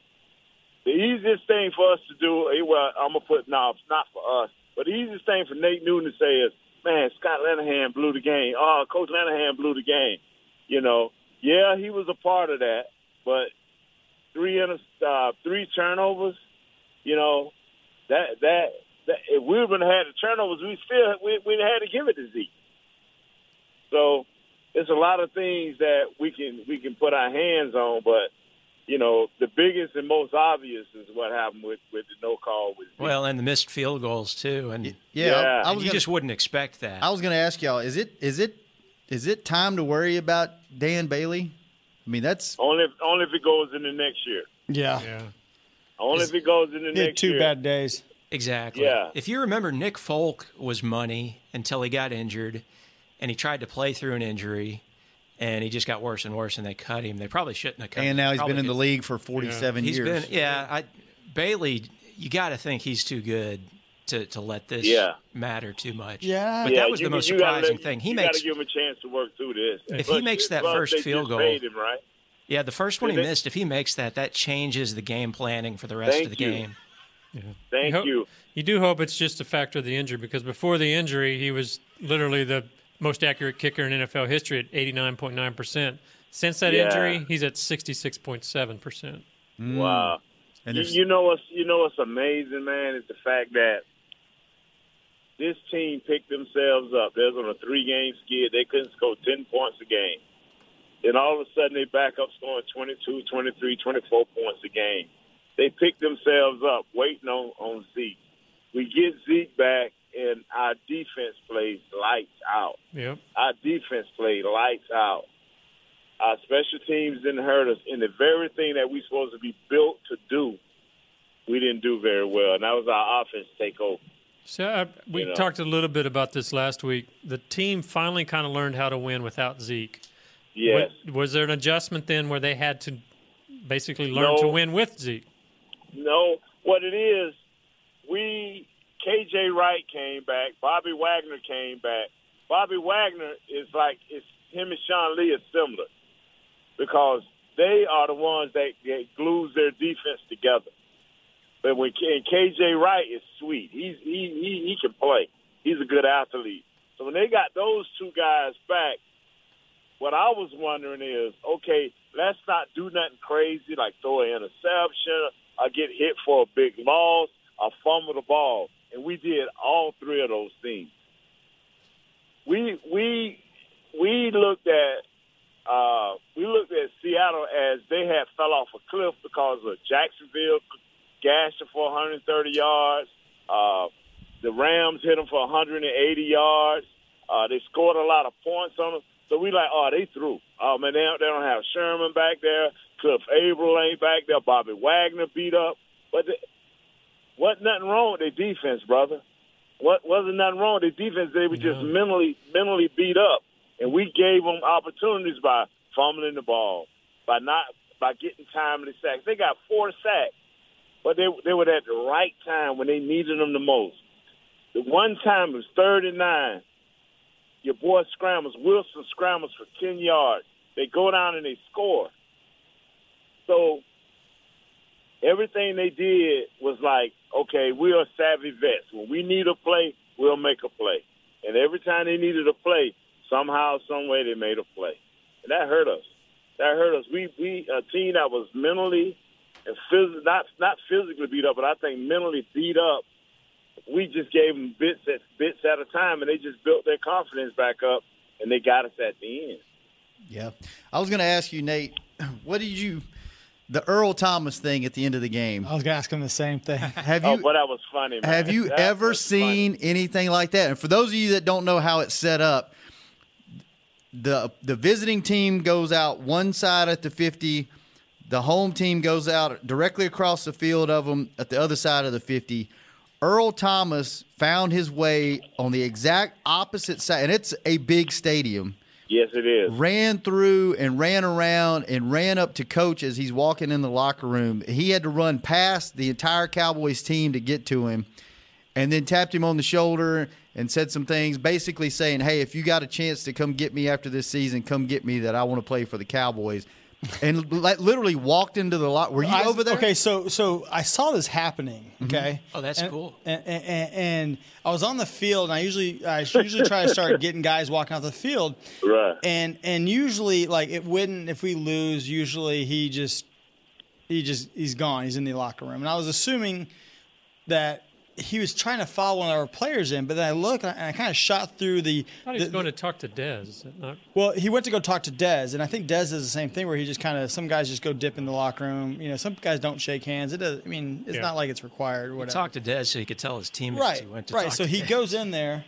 Speaker 7: the easiest thing for us to do, eh, well, I'm gonna put no, it's not for us, but the easiest thing for Nate Newton to say is, man, Scott Linehan blew the game. Oh, Coach Linehan blew the game. You know, yeah, he was a part of that, but three inter- uh, three turnovers, you know, that that. that if we would have had the turnovers, we still we we had to give it to Zeke. So it's a lot of things that we can we can put our hands on, but you know the biggest and most obvious is what happened with with the no call with Zeke.
Speaker 9: Well, and the missed field goals too. And,
Speaker 3: Yeah. I-
Speaker 7: Yeah.
Speaker 3: I,
Speaker 9: and
Speaker 3: was
Speaker 9: you
Speaker 3: gonna,
Speaker 9: just wouldn't expect that.
Speaker 3: I was going to ask y'all: is it is it is it time to worry about Dan Bailey? I mean, that's
Speaker 7: only if, only if it goes in the next year.
Speaker 5: Yeah.
Speaker 4: Yeah.
Speaker 7: Only if it goes in the
Speaker 5: He had
Speaker 7: next
Speaker 5: two
Speaker 7: year.
Speaker 5: bad days.
Speaker 9: Exactly.
Speaker 7: Yeah.
Speaker 9: If you remember, Nick Folk was money until he got injured, and he tried to play through an injury, and he just got worse and worse, and they cut him. They probably shouldn't have cut him.
Speaker 3: and now he's
Speaker 9: Probably
Speaker 3: been in the
Speaker 9: could-
Speaker 3: league for forty-seven
Speaker 9: He's
Speaker 3: years.
Speaker 9: been, yeah. I, Bailey, you got to think he's too good to, to let this
Speaker 7: Yeah.
Speaker 9: matter too much.
Speaker 5: Yeah.
Speaker 9: But
Speaker 7: Yeah,
Speaker 9: that was
Speaker 7: you-
Speaker 9: the most
Speaker 7: you gotta
Speaker 9: surprising
Speaker 7: let-
Speaker 9: thing. He
Speaker 7: you
Speaker 9: makes,
Speaker 7: gotta give him a chance to work through this.
Speaker 9: If he
Speaker 7: Plus-
Speaker 9: makes that
Speaker 7: plus
Speaker 9: first
Speaker 7: they
Speaker 9: field
Speaker 7: just
Speaker 9: goal-
Speaker 7: paid him, right?
Speaker 9: yeah, the first one he
Speaker 7: Did they-
Speaker 9: missed. If he makes that, that changes the game planning for the rest
Speaker 7: Thank
Speaker 9: of the
Speaker 7: you.
Speaker 9: game.
Speaker 7: Thank
Speaker 4: hope-
Speaker 7: you.
Speaker 4: You do hope it's just a factor of the injury because before the injury, he was literally the most accurate kicker in NFL history at 89.9%. Since that
Speaker 7: Yeah.
Speaker 4: injury, he's at 66.7%.
Speaker 7: Wow.
Speaker 3: Mm. And
Speaker 7: you,
Speaker 3: there's-
Speaker 7: you know what's you know what's amazing, man, is the fact that this team picked themselves up. They're on a three game skid. They couldn't score ten points a game. Then all of a sudden they back up scoring 22, 23, 24 points a game. They picked themselves up waiting on, on Zeke. We get Zeke back and our defense plays lights out
Speaker 4: Yep.
Speaker 7: our defense played lights out. Our special teams didn't hurt us, and the very thing that we supposed to be built to do, we didn't do very well, and that was our offense take over.
Speaker 4: So I, we
Speaker 7: You know.
Speaker 4: talked a little bit about this last week. The team finally kind of learned how to win without Zeke.
Speaker 7: Yes,
Speaker 4: Was, was there an adjustment then where they had to basically learn
Speaker 7: No.
Speaker 4: to win with Zeke?
Speaker 7: no, what it is, we KJ Wright came back, Bobby Wagner came back. Bobby Wagner is like it's him and Sean Lee is similar because they are the ones that, that glues their defense together. But when K- and KJ Wright is sweet, he's he, he he can play. He's a good athlete. So when they got those two guys back, what I was wondering is, okay, let's not do nothing crazy like throw an interception or get hit for a big loss or fumble the ball. And we did all three of those things. We we we looked at uh, we looked at Seattle as they had fell off a cliff because of Jacksonville gashed them for 130 yards. Uh, the Rams hit them for 180 yards. Uh, they scored a lot of points on them. So we like, oh, they threw. Oh, man, they don't, they don't have Sherman back there. Cliff Averill ain't back there. Bobby Wagner beat up. But the, wasn't nothing wrong with their defense, brother. What wasn't nothing wrong with their defense? They were just mentally mentally beat up, and we gave them opportunities by fumbling the ball, by not by getting timely sacks. They got four sacks, but they they were at the right time when they needed them the most. The one time it was third and nine. Your boy scrambles, Wilson scrambles for ten yards. They go down and they score. So everything they did was like, okay, we are savvy vets. When we need a play, we'll make a play. And every time they needed a play, somehow, some way, they made a play, and that hurt us. That hurt us. We we a team that was mentally and phys- not not physically beat up, but I think mentally beat up. We just gave them bits at bits at a time, and they just built their confidence back up, and they got us at the end.
Speaker 3: Yeah. I was going to ask you, Nate, [CLEARS THROAT] what did you, the Earl Thomas thing at the end of the game?
Speaker 9: Oh.
Speaker 5: I was gonna ask him the same thing.
Speaker 3: Have you
Speaker 7: oh, but that was funny. Man.
Speaker 3: Have you
Speaker 7: That
Speaker 3: ever
Speaker 7: was funny.
Speaker 3: seen anything like that? And for those of you that don't know how it's set up, the the visiting team goes out one side at the 50, the home team goes out directly across the field of them at the other side of the 50. Earl Thomas found his way on the exact opposite side, and it's a big stadium
Speaker 7: Yes, it is.
Speaker 3: ran through and ran around and ran up to coach as he's walking in the locker room. He had to run past the entire Cowboys team to get to him and then tapped him on the shoulder and said some things basically saying, "Hey, if you got a chance to come get me after this season, come get me that I want to play for the Cowboys." And [LAUGHS] like literally walked into the lot. Were you
Speaker 5: I-
Speaker 3: over there?
Speaker 5: Okay, so so I saw this happening. Okay.
Speaker 9: Oh, that's
Speaker 5: And-
Speaker 9: cool.
Speaker 5: And, and, and- and I was on the field, and I usually I usually try to start getting guys walking out the field.
Speaker 7: Right.
Speaker 5: And and usually like it wouldn't if we lose. Usually he just he just he's gone. He's in the locker room, and I was assuming that. He was trying to follow one of our players in, but then I look and I, kind of shot through the.
Speaker 4: thought he was
Speaker 5: the-
Speaker 4: going to talk to Dez. Is that not-
Speaker 5: well, he went to go talk to Dez, and I think Dez does the same thing where he just kind of some guys just go dip in the locker room. You know, some guys don't shake hands. It does. I mean, it's
Speaker 4: Yeah.
Speaker 5: not like it's required. Or whatever.
Speaker 9: Talk to Dez so he could tell his teammates
Speaker 5: right,
Speaker 9: he went to
Speaker 5: right.
Speaker 9: talk
Speaker 5: So
Speaker 9: to
Speaker 5: he
Speaker 9: Dez.
Speaker 5: goes in there,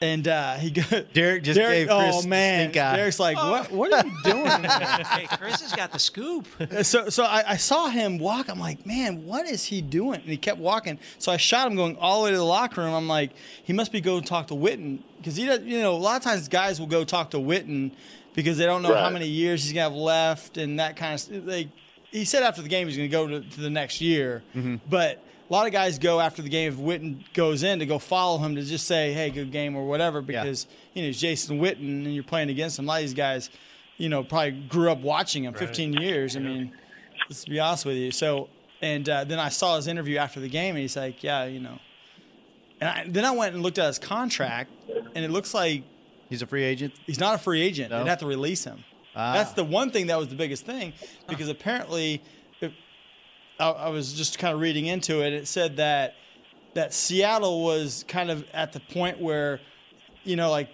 Speaker 5: and uh, he goes.
Speaker 3: Derek just gave Chris
Speaker 5: oh
Speaker 3: the
Speaker 5: man,
Speaker 3: stink eye.
Speaker 5: Derek's like, what? What are you
Speaker 3: [LAUGHS]
Speaker 5: doing?
Speaker 9: hey, Chris has got
Speaker 7: [LAUGHS]
Speaker 9: the scoop.
Speaker 5: Uh, so, so I, I saw him walk. I'm like, man, what is he doing? And he kept walking. So I shot him going all the way to the locker room. I'm like, he must be going to talk to Witten because he does. You know, a lot of times guys will go talk to Witten because they don't know how
Speaker 7: Right.
Speaker 5: many years he's gonna have left and that kind of. st- They, he said after the game he's gonna go to, to the next year, but. A lot of guys go after the game if Witten goes in to go follow him to just say, "Hey, good game" or whatever, because you know it's Jason Witten and you're playing against him. A lot of these guys, you know, probably grew up watching him 15 years. I mean, let's be honest with you. So, and uh, then I saw his interview after the game, and he's like, "Yeah, you know." And I, then I went and looked at his contract, and it looks like
Speaker 3: He's a free agent.
Speaker 5: he's not a free agent.
Speaker 3: No?
Speaker 5: They'd have to release him. That's the one thing that was the biggest thing, because apparently, it, I, I was just kind of reading into it. It said that that Seattle was kind of at the point where, you know, like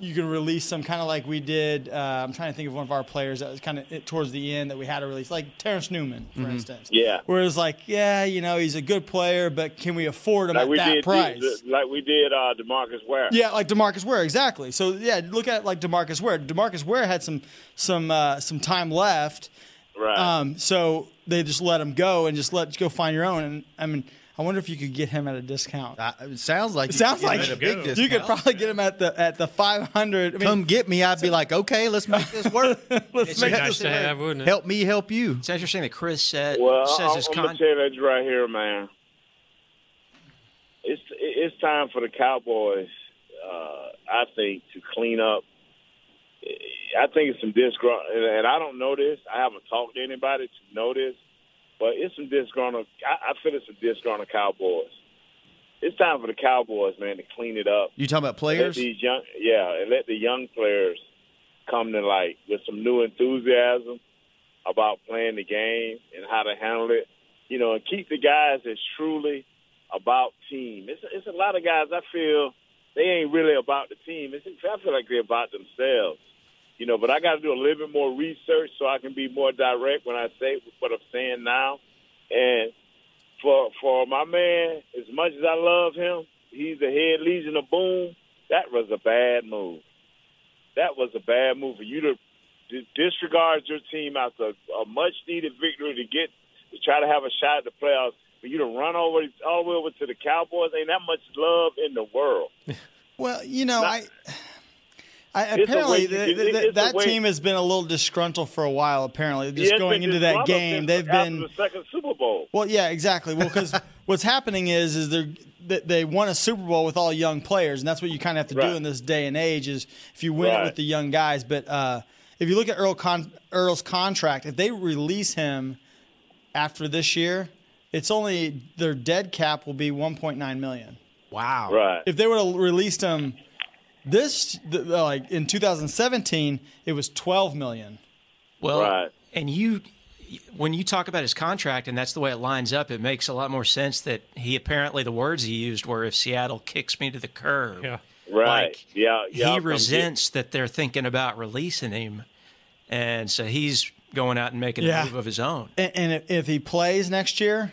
Speaker 5: you can release them kind of like we did. Uh, I'm trying to think of one of our players that was kind of it- towards the end that we had to release, like Terrence Newman, for instance.
Speaker 7: Yeah.
Speaker 5: Whereas, like, yeah, you know, he's a good player, but can we afford him
Speaker 7: like
Speaker 5: at
Speaker 7: we
Speaker 5: that
Speaker 7: did,
Speaker 5: price?
Speaker 7: like we did uh, Demarcus Ware.
Speaker 5: Yeah, like Demarcus Ware, exactly. So yeah, look at it like Demarcus Ware. Demarcus Ware had some some uh, some time left,
Speaker 7: right.
Speaker 5: um, so they just let him go and just let go find your own. And I mean, I wonder if you could get him at a discount.
Speaker 3: I, it sounds like
Speaker 5: it sounds like
Speaker 3: a big
Speaker 5: Uh, you could probably get him at the at the five hundred. I mean,
Speaker 3: come get me. I'd be like, okay, let's make this work.
Speaker 5: let's
Speaker 4: Be
Speaker 5: [LAUGHS] make
Speaker 4: nice
Speaker 5: this
Speaker 4: to
Speaker 5: work.
Speaker 4: have, wouldn't it?
Speaker 3: help me, help you.
Speaker 9: It's interesting that Chris said,
Speaker 7: Well,
Speaker 9: says
Speaker 7: I'm,
Speaker 9: his
Speaker 7: I'm gonna
Speaker 9: con.
Speaker 7: tell you this right here, man. It's it's time for the Cowboys, uh, I think, to clean up. I think it's some disgruntled, and and I don't know this. I haven't talked to anybody to know this, but it's some disgruntled. I, I feel it's some disgruntled Cowboys. It's time for the Cowboys, man, to clean it up.
Speaker 3: You talking about
Speaker 7: Let
Speaker 3: players?
Speaker 7: these young, yeah, and let the young players come to light with some new enthusiasm about playing the game and how to handle it. You know, and keep the guys that's truly about team. It's it's a lot of guys I feel they ain't really about the team. It's I feel like they're about themselves. you know, but I got to do a little bit more research so I can be more direct when I say what I'm saying now. And for for my man, as much as I love him, he's the head legion of Boom. That was a bad move. That was a bad move for you to d- disregard your team after a, a much needed victory to get to try to have a shot at the playoffs. For you to run over all the way over to the Cowboys ain't that much love in the world.
Speaker 5: Well, you know, I, I
Speaker 7: It's a
Speaker 5: apparently
Speaker 7: way-
Speaker 5: the,
Speaker 7: it-
Speaker 5: the-
Speaker 7: it- it's
Speaker 5: that
Speaker 7: a way-
Speaker 5: team has been a little disgruntled for a while. Apparently, just
Speaker 7: Yeah, it's
Speaker 5: going
Speaker 7: been
Speaker 5: into
Speaker 7: just
Speaker 5: that
Speaker 7: drama
Speaker 5: game,
Speaker 7: since
Speaker 5: they've
Speaker 7: after
Speaker 5: been
Speaker 7: the second Super Bowl.
Speaker 5: Well, yeah, exactly.
Speaker 7: [LAUGHS]
Speaker 5: Well, because what's happening is is they're they- they won a Super Bowl with all young players, and that's what you kind of have to
Speaker 7: Right.
Speaker 5: do in this day and age is if you win it
Speaker 7: Right.
Speaker 5: with the young guys. But uh, if you look at Earl Con- Earl's contract, if they release him after this year, it's only their dead cap will be 1.9 million.
Speaker 9: Wow.
Speaker 7: Right.
Speaker 5: If they would have released him this th- like in 2017, it was 12 million.
Speaker 9: Well,
Speaker 7: Right.
Speaker 9: and you, when you talk about his contract, and that's the way it lines up, it makes a lot more sense that he apparently the words he used were "if Seattle kicks me to the curb."
Speaker 4: Yeah.
Speaker 7: Right.
Speaker 9: Like,
Speaker 7: Yeah, yeah,
Speaker 9: He
Speaker 7: I'm-
Speaker 9: resents that they're thinking about releasing him, and so he's going out and making
Speaker 5: Yeah.
Speaker 9: a move of his own.
Speaker 5: And, and if, if he plays next year,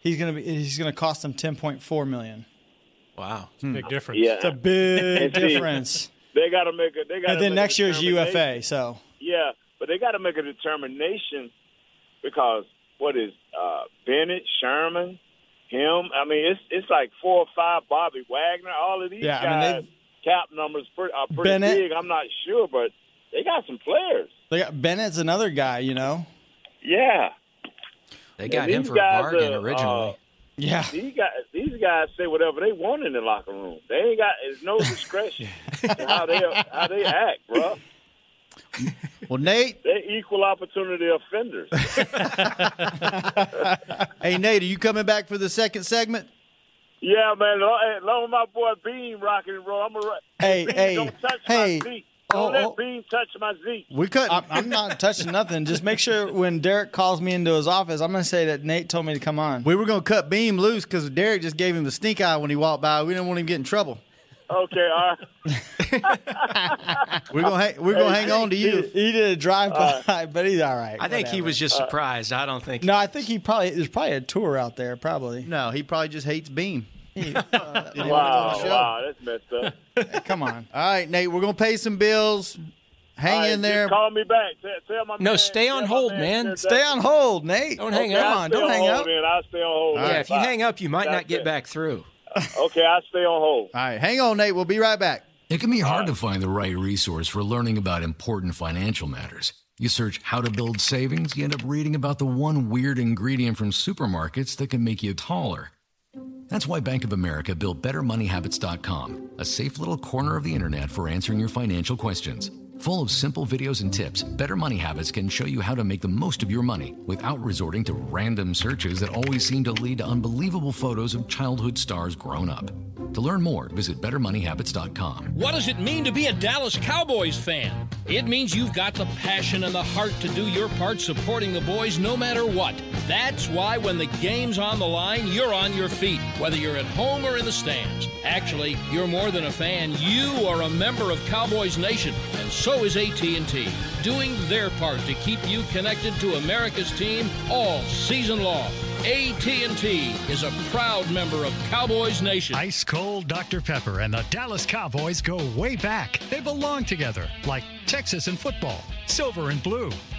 Speaker 5: he's gonna be he's gonna cost them 10.4 million.
Speaker 9: Wow.
Speaker 4: Big difference.
Speaker 7: Yeah,
Speaker 5: It's a big
Speaker 7: And see-
Speaker 5: difference.
Speaker 7: they got to make a. They got.
Speaker 5: And then next year's UFA. So
Speaker 7: Yeah, but they got to make a determination because what is uh, Bennett Sherman, him? I mean, it's it's like four or five Bobby Wagner. All of these
Speaker 5: Yeah, I mean,
Speaker 7: guys cap numbers pre- are pretty
Speaker 5: Bennett.
Speaker 7: big. I'm not sure, but they got some players.
Speaker 5: they got Bennett's another guy, you know.
Speaker 7: Yeah,
Speaker 9: They got
Speaker 7: And
Speaker 9: him
Speaker 7: these
Speaker 9: for a
Speaker 7: guys
Speaker 9: bargain
Speaker 7: are, uh,
Speaker 9: originally.
Speaker 5: Yeah.
Speaker 7: these guys these guys say whatever they want in the locker room. They ain't got there's
Speaker 5: [LAUGHS]
Speaker 7: no discretion in how they how they act, bro.
Speaker 3: Well, Nate,
Speaker 7: They equal opportunity offenders.
Speaker 3: hey Nate, are you coming back for the second segment?
Speaker 7: Yeah, man. Long, hey, long my boy Beam rocking and roll. I'm a rock.
Speaker 5: Hey,
Speaker 7: Beam,
Speaker 5: hey,
Speaker 7: don't touch
Speaker 5: hey.
Speaker 7: my Zeke. Don't
Speaker 5: Oh,
Speaker 7: let
Speaker 5: oh.
Speaker 7: Beam touch my Zeke.
Speaker 3: We couldn't.
Speaker 5: I'm, I'm not touching nothing. Just make sure when Derek calls me into his office, I'm gonna say that Nate told me to come on.
Speaker 3: we were gonna cut Beam loose because Derek just gave him the stink eye when he walked by. We didn't want him to get in trouble.
Speaker 7: Okay, all right.
Speaker 3: We're gonna hang, we're gonna hang on to
Speaker 5: He,
Speaker 3: you.
Speaker 5: he did a drive by, [LAUGHS] but he's all right.
Speaker 9: I think he
Speaker 5: whatever.
Speaker 9: was just surprised. I don't think.
Speaker 5: No, I think he probably there's probably a tour out there. Probably.
Speaker 3: No, he probably just hates Beam.
Speaker 7: Wow, Oh, wow, that's messed up.
Speaker 5: Come on.
Speaker 3: All right, Nate, we're gonna pay some bills. Hang
Speaker 7: All right,
Speaker 3: in there.
Speaker 7: just Call me back. Tell, tell my
Speaker 9: No,
Speaker 7: man-
Speaker 9: stay on
Speaker 7: tell my
Speaker 9: hold, man.
Speaker 7: that-
Speaker 5: Stay on hold, Nate.
Speaker 9: Don't hang
Speaker 7: Okay,
Speaker 9: up.
Speaker 7: I'll
Speaker 5: on,
Speaker 7: stay
Speaker 5: don't
Speaker 7: on
Speaker 5: hang
Speaker 7: hold
Speaker 5: up.
Speaker 7: Then. I'll stay on hold.
Speaker 9: Yeah, if you hang up, you might not
Speaker 7: That's
Speaker 9: get
Speaker 7: it.
Speaker 9: back through.
Speaker 7: Okay, I'll stay on hold.
Speaker 3: All right, hang on, Nate. We'll be right back.
Speaker 10: It can be hard to find the right resource for learning about important financial matters. You search how to build savings, you end up reading about the one weird ingredient from supermarkets that can make you taller. That's why Bank of America built BetterMoneyHabits.com, a safe little corner of the internet for answering your financial questions. Full of simple videos and tips, Better Money Habits can show you how to make the most of your money without resorting to random searches that always seem to lead to unbelievable photos of childhood stars grown up. To learn more, visit BetterMoneyHabits.com.
Speaker 11: What does it mean to be a Dallas Cowboys fan? It means you've got the passion and the heart to do your part supporting the boys no matter what. That's why when the game's on the line, you're on your feet, whether you're at home or in the stands. Actually, you're more than a fan, you are a member of Cowboys Nation, and so is AT&T, doing their part to keep you connected to America's team all season long. AT&T is a proud member of Cowboys Nation.
Speaker 2: Ice Cold Dr. Pepper and the Dallas Cowboys go way back. They belong together, like Texas and football, silver and blue,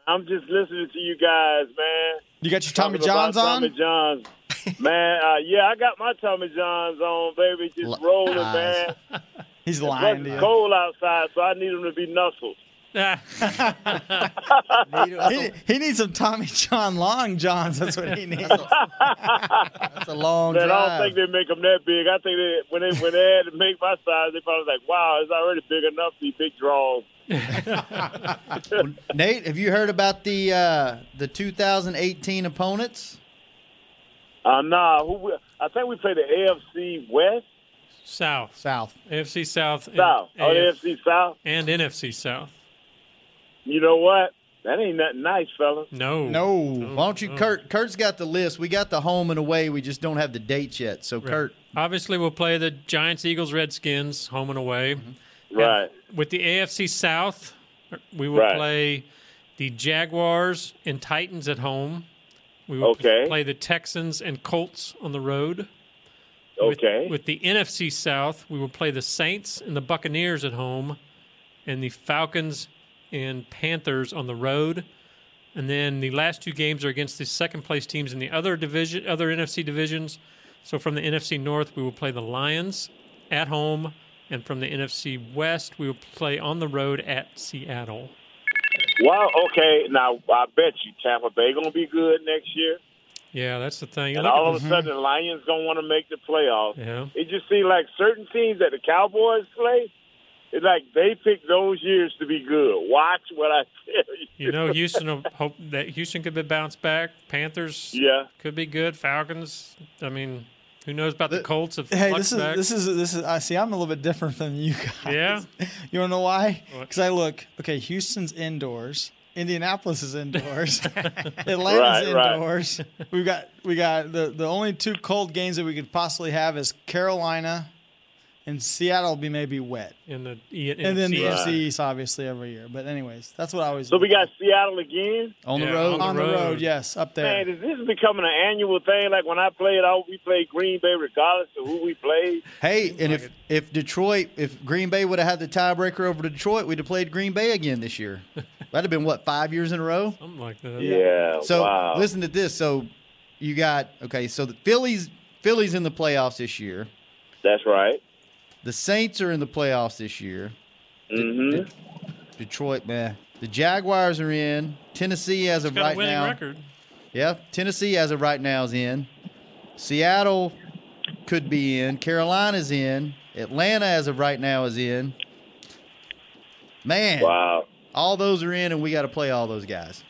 Speaker 7: I'm just listening to you guys, man.
Speaker 5: You got your Tommy
Speaker 7: Talking about
Speaker 5: John's on?
Speaker 7: Tommy John's. Man, uh, yeah, I got my Tommy John's on, baby. Just rolling, man.
Speaker 5: He's
Speaker 7: It's
Speaker 5: lying to
Speaker 7: fucking
Speaker 5: you.
Speaker 7: cold outside, so I need them to be nuzzled.
Speaker 4: Ah,
Speaker 5: he, he needs some Tommy John Long Johns.
Speaker 7: [LAUGHS]
Speaker 5: That's what he needs. That's a long
Speaker 7: Man, I
Speaker 5: drive.
Speaker 7: don't think they make them that big. I think they when they when they had to make my size, they probably was like, wow, it's already big enough to be big draws.
Speaker 3: Nate, have you heard about the uh, the 2018 opponents?
Speaker 7: Uh, nah, who, we- I think we play the AFC West,
Speaker 4: South.
Speaker 3: South.
Speaker 4: AFC South. and
Speaker 7: South, oh, the
Speaker 4: AF-
Speaker 7: AFC South.
Speaker 4: And NFC South.
Speaker 7: You know what? That ain't nothing nice, fella.
Speaker 4: No.
Speaker 3: No. Why don't you,
Speaker 4: no.
Speaker 3: Kurt? Kurt's got the list. We got the home and away. We just don't have the dates yet. So, Kurt,
Speaker 4: Obviously, we'll play the Giants, Eagles, Redskins, home and away. And
Speaker 3: Right.
Speaker 4: with the AFC South, we will
Speaker 7: Right.
Speaker 4: play the Jaguars and Titans at home. We will
Speaker 7: Okay.
Speaker 4: play the Texans and Colts on the road. With-
Speaker 7: Okay.
Speaker 4: With, the NFC South, we will play the Saints and the Buccaneers at home, and the Falcons and Panthers on the road. And then the last two games are against the second place teams in the other division, other NFC divisions. So from the NFC North, we will play the Lions at home, and from the NFC West, we will play on the road at Seattle.
Speaker 7: Wow. Okay. Now I bet you Tampa Bay gonna be good next year,
Speaker 4: Yeah, that's the thing. You
Speaker 7: and
Speaker 4: look at
Speaker 7: all of
Speaker 4: the-
Speaker 7: a sudden the Lions gonna want to make the playoffs.
Speaker 4: Yeah.
Speaker 7: It just seems like certain teams that the Cowboys play, it's like they pick those years to be good. Watch what I [LAUGHS] tell you.
Speaker 4: You know, Houston will hope that Houston could be bounced back. Panthers,
Speaker 7: Yeah.
Speaker 4: could be good. Falcons, I mean, who knows about the Colts? If
Speaker 5: Hey,
Speaker 4: Luck's
Speaker 5: this is
Speaker 4: back.
Speaker 5: this is this is. I see. I'm a little bit different than you guys.
Speaker 4: Yeah?
Speaker 5: [LAUGHS] You wanna know why?
Speaker 4: What?
Speaker 5: Because I look. Okay, Houston's indoors. Indianapolis is indoors. [LAUGHS] Atlanta's
Speaker 7: Right, right.
Speaker 5: indoors. We've got we got the the only two cold games that we could possibly have is Carolina, and Seattle will be maybe wet.
Speaker 4: in the E- in
Speaker 5: and then the
Speaker 4: NFC.
Speaker 5: NFC East, obviously, every year. But anyways, that's what I always.
Speaker 7: So we got Seattle again
Speaker 3: On the Yeah, road. on the
Speaker 5: On the road.
Speaker 3: road.
Speaker 5: Yes, up there.
Speaker 7: Man, is this becoming an annual thing? Like when I played out, we played Green Bay regardless of who we played.
Speaker 3: hey, and if if Detroit, if Green Bay would have had the tiebreaker over Detroit, we'd have played Green Bay again this year. That'd have been what five years in a row.
Speaker 4: Something like that.
Speaker 7: Oh,
Speaker 3: So listen to this. So you got okay. So the Phillies, Phillies in the playoffs this year.
Speaker 7: That's right.
Speaker 3: The Saints are in the playoffs this year.
Speaker 7: Mm-hmm.
Speaker 3: Detroit, man. The Jaguars are in. Tennessee as of
Speaker 4: got
Speaker 3: right
Speaker 4: a winning
Speaker 3: now.
Speaker 4: record.
Speaker 3: Yeah, Tennessee as of right now is in. Seattle could be in. Carolina's in. Atlanta as of right now is in. Man,
Speaker 7: Wow.
Speaker 3: all those are in, and we got to play all those guys.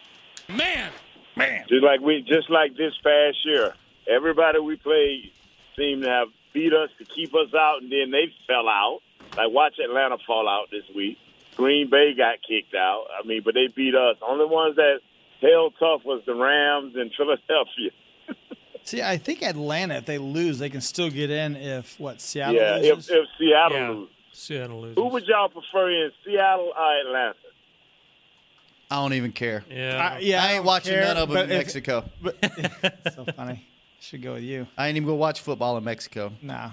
Speaker 7: Man, man. Just like we, just like this past year, everybody we played seemed to have beat us to keep us out, and then they fell out. Like watch Atlanta fall out this week. Green Bay got kicked out. I mean, but they beat us. Only ones that held tough was the Rams and [LAUGHS] Philadelphia.
Speaker 5: See, I think Atlanta, if they lose, they can still get in. If what Seattle?
Speaker 7: yeah,
Speaker 5: loses?
Speaker 7: if, if Seattle
Speaker 5: Yeah.
Speaker 7: loses.
Speaker 4: Seattle loses.
Speaker 7: Who would y'all prefer in Seattle or Atlanta?
Speaker 3: I don't even care.
Speaker 4: Yeah,
Speaker 5: I- yeah,
Speaker 3: I
Speaker 5: I
Speaker 3: ain't
Speaker 5: don't
Speaker 3: watching
Speaker 5: care,
Speaker 3: none of them
Speaker 5: but
Speaker 3: in
Speaker 5: if-
Speaker 3: Mexico.
Speaker 5: so funny. Should go with you.
Speaker 3: I ain't even gonna watch football in Mexico.
Speaker 5: Nah.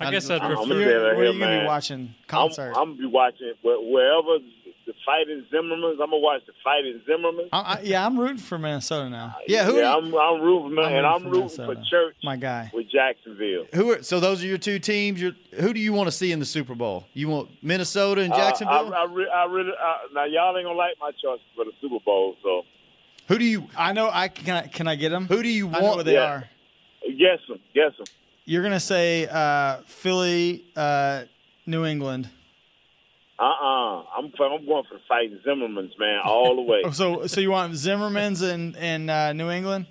Speaker 4: I guess
Speaker 7: I'm
Speaker 4: I'd
Speaker 7: gonna
Speaker 4: prefer.
Speaker 7: stay right
Speaker 5: Where are
Speaker 7: here,
Speaker 5: you gonna be
Speaker 7: man.
Speaker 5: watching?
Speaker 7: I'm,
Speaker 5: Concert.
Speaker 7: I'm gonna be watching wh- wherever the fighting Zimmermans. I'm gonna watch the fighting Zimmermans.
Speaker 5: I, I, yeah, I'm rooting for Minnesota now.
Speaker 3: Yeah, who?
Speaker 7: Uh, Yeah, I'm, I'm rooting,
Speaker 5: Uh, I'm
Speaker 7: and
Speaker 5: rooting
Speaker 7: I'm
Speaker 5: for
Speaker 7: rooting
Speaker 5: Minnesota.
Speaker 7: for Church
Speaker 5: My guy.
Speaker 7: with
Speaker 5: [LAUGHS]
Speaker 7: Jacksonville.
Speaker 3: Who are so? Those are your two teams. You're, who do you want to see in the Super Bowl? You want Minnesota and Jacksonville?
Speaker 7: Uh, I, I, re- I really uh, now y'all ain't gonna like my choices for the Super Bowl. So
Speaker 3: who do you?
Speaker 5: I know. I can. I, can I get them? Who
Speaker 3: do you
Speaker 5: I know
Speaker 7: want-
Speaker 5: what they
Speaker 7: Yeah.
Speaker 5: are.
Speaker 7: guess them, guess them.
Speaker 5: You're gonna say uh, Philly, uh, New England.
Speaker 7: Uh uh-uh. uh, i am I'm going for the fighting Zimmermans, man, all the way.
Speaker 5: [LAUGHS] Oh, so, so you want Zimmerman's in in uh, New England?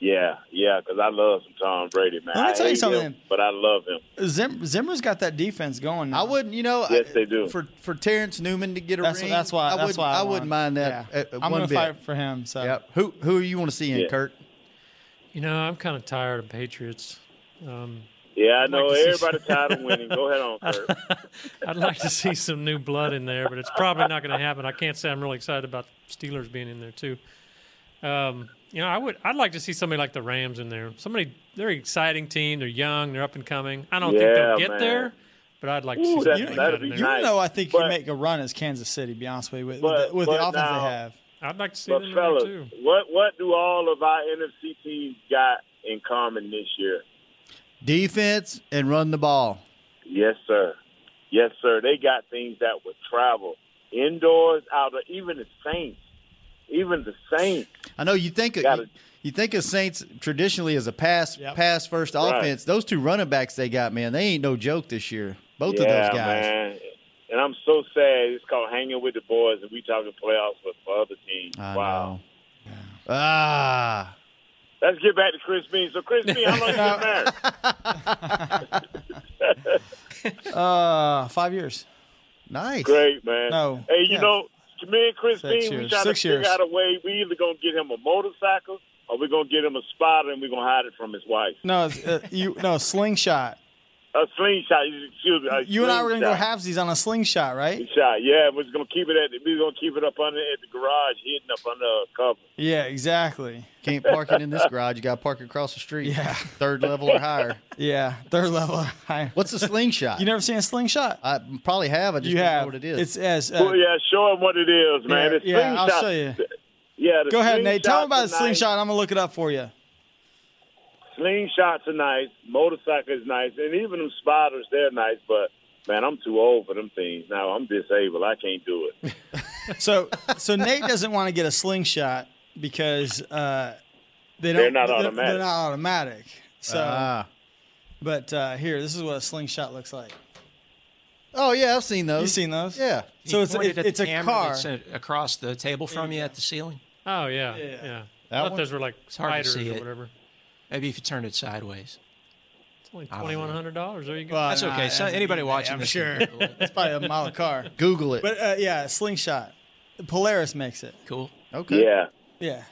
Speaker 7: yeah, yeah, because I love some Tom Brady, man.
Speaker 5: Let me
Speaker 7: I
Speaker 5: tell you
Speaker 7: hate him,
Speaker 5: something.
Speaker 7: but I love him.
Speaker 5: Zim, Zimmer's got that defense going. Now.
Speaker 3: I wouldn't. You know,
Speaker 7: Yes, they do.
Speaker 3: For for Terrence Newman to get a
Speaker 5: That's-
Speaker 3: ring,
Speaker 5: that's why-
Speaker 3: I
Speaker 5: that's
Speaker 3: wouldn't,
Speaker 5: why I
Speaker 3: wouldn't
Speaker 5: want-
Speaker 3: mind that.
Speaker 5: yeah.
Speaker 3: uh, uh,
Speaker 5: I'm
Speaker 3: one
Speaker 5: gonna
Speaker 3: bit.
Speaker 5: fight for him, so.
Speaker 3: Yep. Who who you want to see in
Speaker 4: Yeah.
Speaker 3: Kurt?
Speaker 4: You know, I'm kind of tired of Patriots. Um,
Speaker 7: Yeah, I
Speaker 4: I'd
Speaker 7: know
Speaker 4: like to see
Speaker 5: [LAUGHS]
Speaker 7: everybody's tired of winning. Go ahead on, Kurt.
Speaker 4: I'd like to see some new blood in there, but it's probably not going to happen. I can't say I'm really excited about Steelers being in there too. Um, you know, I would. I'd like to see somebody like the Rams in there. Somebody, they're an exciting team. They're young. They're up and coming. I don't think
Speaker 7: Yeah,
Speaker 4: they'll get
Speaker 7: man.
Speaker 4: there, but I'd like to
Speaker 7: Ooh,
Speaker 4: see
Speaker 7: that's-
Speaker 4: something like
Speaker 7: that'd
Speaker 4: that in
Speaker 7: be
Speaker 4: there.
Speaker 5: You
Speaker 7: nice.
Speaker 5: know, I think you
Speaker 7: But-
Speaker 5: make a run as Kansas City. Be honest with you, with, with,
Speaker 7: But-
Speaker 5: the, with the
Speaker 7: but
Speaker 5: offense
Speaker 7: now-
Speaker 5: they have.
Speaker 4: I'd like to see
Speaker 7: But
Speaker 4: them in there
Speaker 7: fellas,
Speaker 4: too.
Speaker 7: what what do all of our NFC teams got in common this year?
Speaker 3: Defense and run the ball.
Speaker 7: Yes, sir. Yes, sir. They got things that would travel indoors, outdoor. Even the Saints, even the Saints.
Speaker 3: I know you think of,
Speaker 7: Gotta-
Speaker 3: you think of Saints traditionally as a pass pass first
Speaker 7: Right.
Speaker 3: offense. Those two running backs they got, man, they ain't no joke this year. Both of
Speaker 7: Yeah,
Speaker 3: those guys.
Speaker 7: Man. And I'm so sad. It's called hanging with the boys, and we talking playoffs for, for other teams.
Speaker 3: I
Speaker 7: wow.
Speaker 3: know. Ah,
Speaker 7: Let's get back to Chris Bean. So, Chris Bean, how long you
Speaker 3: [LAUGHS]
Speaker 7: been married?
Speaker 5: Uh, five years.
Speaker 3: Nice.
Speaker 7: Great, man.
Speaker 5: No.
Speaker 7: Hey, you
Speaker 5: Yeah.
Speaker 7: know, me and Chris
Speaker 5: Six
Speaker 7: Bean, we
Speaker 5: years.
Speaker 7: trying
Speaker 5: Six
Speaker 7: to figure
Speaker 5: years.
Speaker 7: out a way. We either gonna get him a motorcycle, or we're gonna get him a spotter, and we're gonna hide it from his wife.
Speaker 5: No, it's, uh, you no slingshot.
Speaker 7: A slingshot. Excuse me. a
Speaker 5: You and I were gonna go
Speaker 7: slingshot.
Speaker 5: halfsies on a slingshot, right?
Speaker 7: Shot, yeah, we're just gonna keep it at the, we're gonna keep it up under at the garage, hidden up under a cover.
Speaker 5: Yeah, exactly.
Speaker 3: can't park it in this garage. You got to park it across the street.
Speaker 5: Yeah.
Speaker 3: third level or higher.
Speaker 5: Yeah, third level. [LAUGHS] Hi.
Speaker 3: What's a slingshot?
Speaker 5: You never seen a slingshot?
Speaker 3: I probably have. I just
Speaker 5: You
Speaker 3: don't know
Speaker 5: have.
Speaker 3: what it is.
Speaker 5: It's as. Uh,
Speaker 7: well, yeah, show him what it is, man.
Speaker 5: yeah,
Speaker 7: it's
Speaker 5: yeah, I'll
Speaker 7: slingshot.
Speaker 5: show you.
Speaker 7: Yeah, the
Speaker 5: Go ahead, Nate. Tell them about the
Speaker 7: slingshot's nice.
Speaker 5: slingshot. I'm gonna look it up for you.
Speaker 7: Slingshots are nice. Motorcycles nice, and even them spiders, they're nice. But man, I'm too old for them things. Now I'm disabled. I can't do
Speaker 5: [LAUGHS]
Speaker 7: it. [LAUGHS]
Speaker 5: So, so Nate doesn't want to get a slingshot because uh, they don't.
Speaker 7: They're not
Speaker 5: They're,
Speaker 7: automatic.
Speaker 5: not automatic. So,
Speaker 3: Ah.
Speaker 5: but uh, here, this is what a slingshot looks like.
Speaker 3: oh yeah, I've seen those.
Speaker 5: You seen those?
Speaker 3: Yeah.
Speaker 9: He
Speaker 5: So it's
Speaker 9: pointed
Speaker 5: it,
Speaker 9: at the
Speaker 5: it's a
Speaker 9: camera
Speaker 5: car.
Speaker 9: that's, uh, across the table from you at the ceiling.
Speaker 4: Oh yeah, yeah. I thought
Speaker 3: one-
Speaker 4: those were like
Speaker 9: It's hard to
Speaker 4: spiders
Speaker 9: see
Speaker 4: or
Speaker 9: it.
Speaker 4: whatever.
Speaker 9: Maybe if you turn it sideways.
Speaker 4: It's only
Speaker 9: I don't know.
Speaker 4: twenty one hundred dollars. There you go.
Speaker 5: Well,
Speaker 9: That's
Speaker 5: nah,
Speaker 9: okay. So
Speaker 5: that's-
Speaker 9: anybody watching
Speaker 5: I'm
Speaker 9: this
Speaker 5: sure
Speaker 9: can Google
Speaker 5: it's probably a mile of
Speaker 9: [LAUGHS]
Speaker 5: car.
Speaker 3: Google it.
Speaker 5: But uh, yeah, slingshot. Polaris makes it.
Speaker 9: Cool.
Speaker 3: okay.
Speaker 7: Yeah,
Speaker 5: Yeah.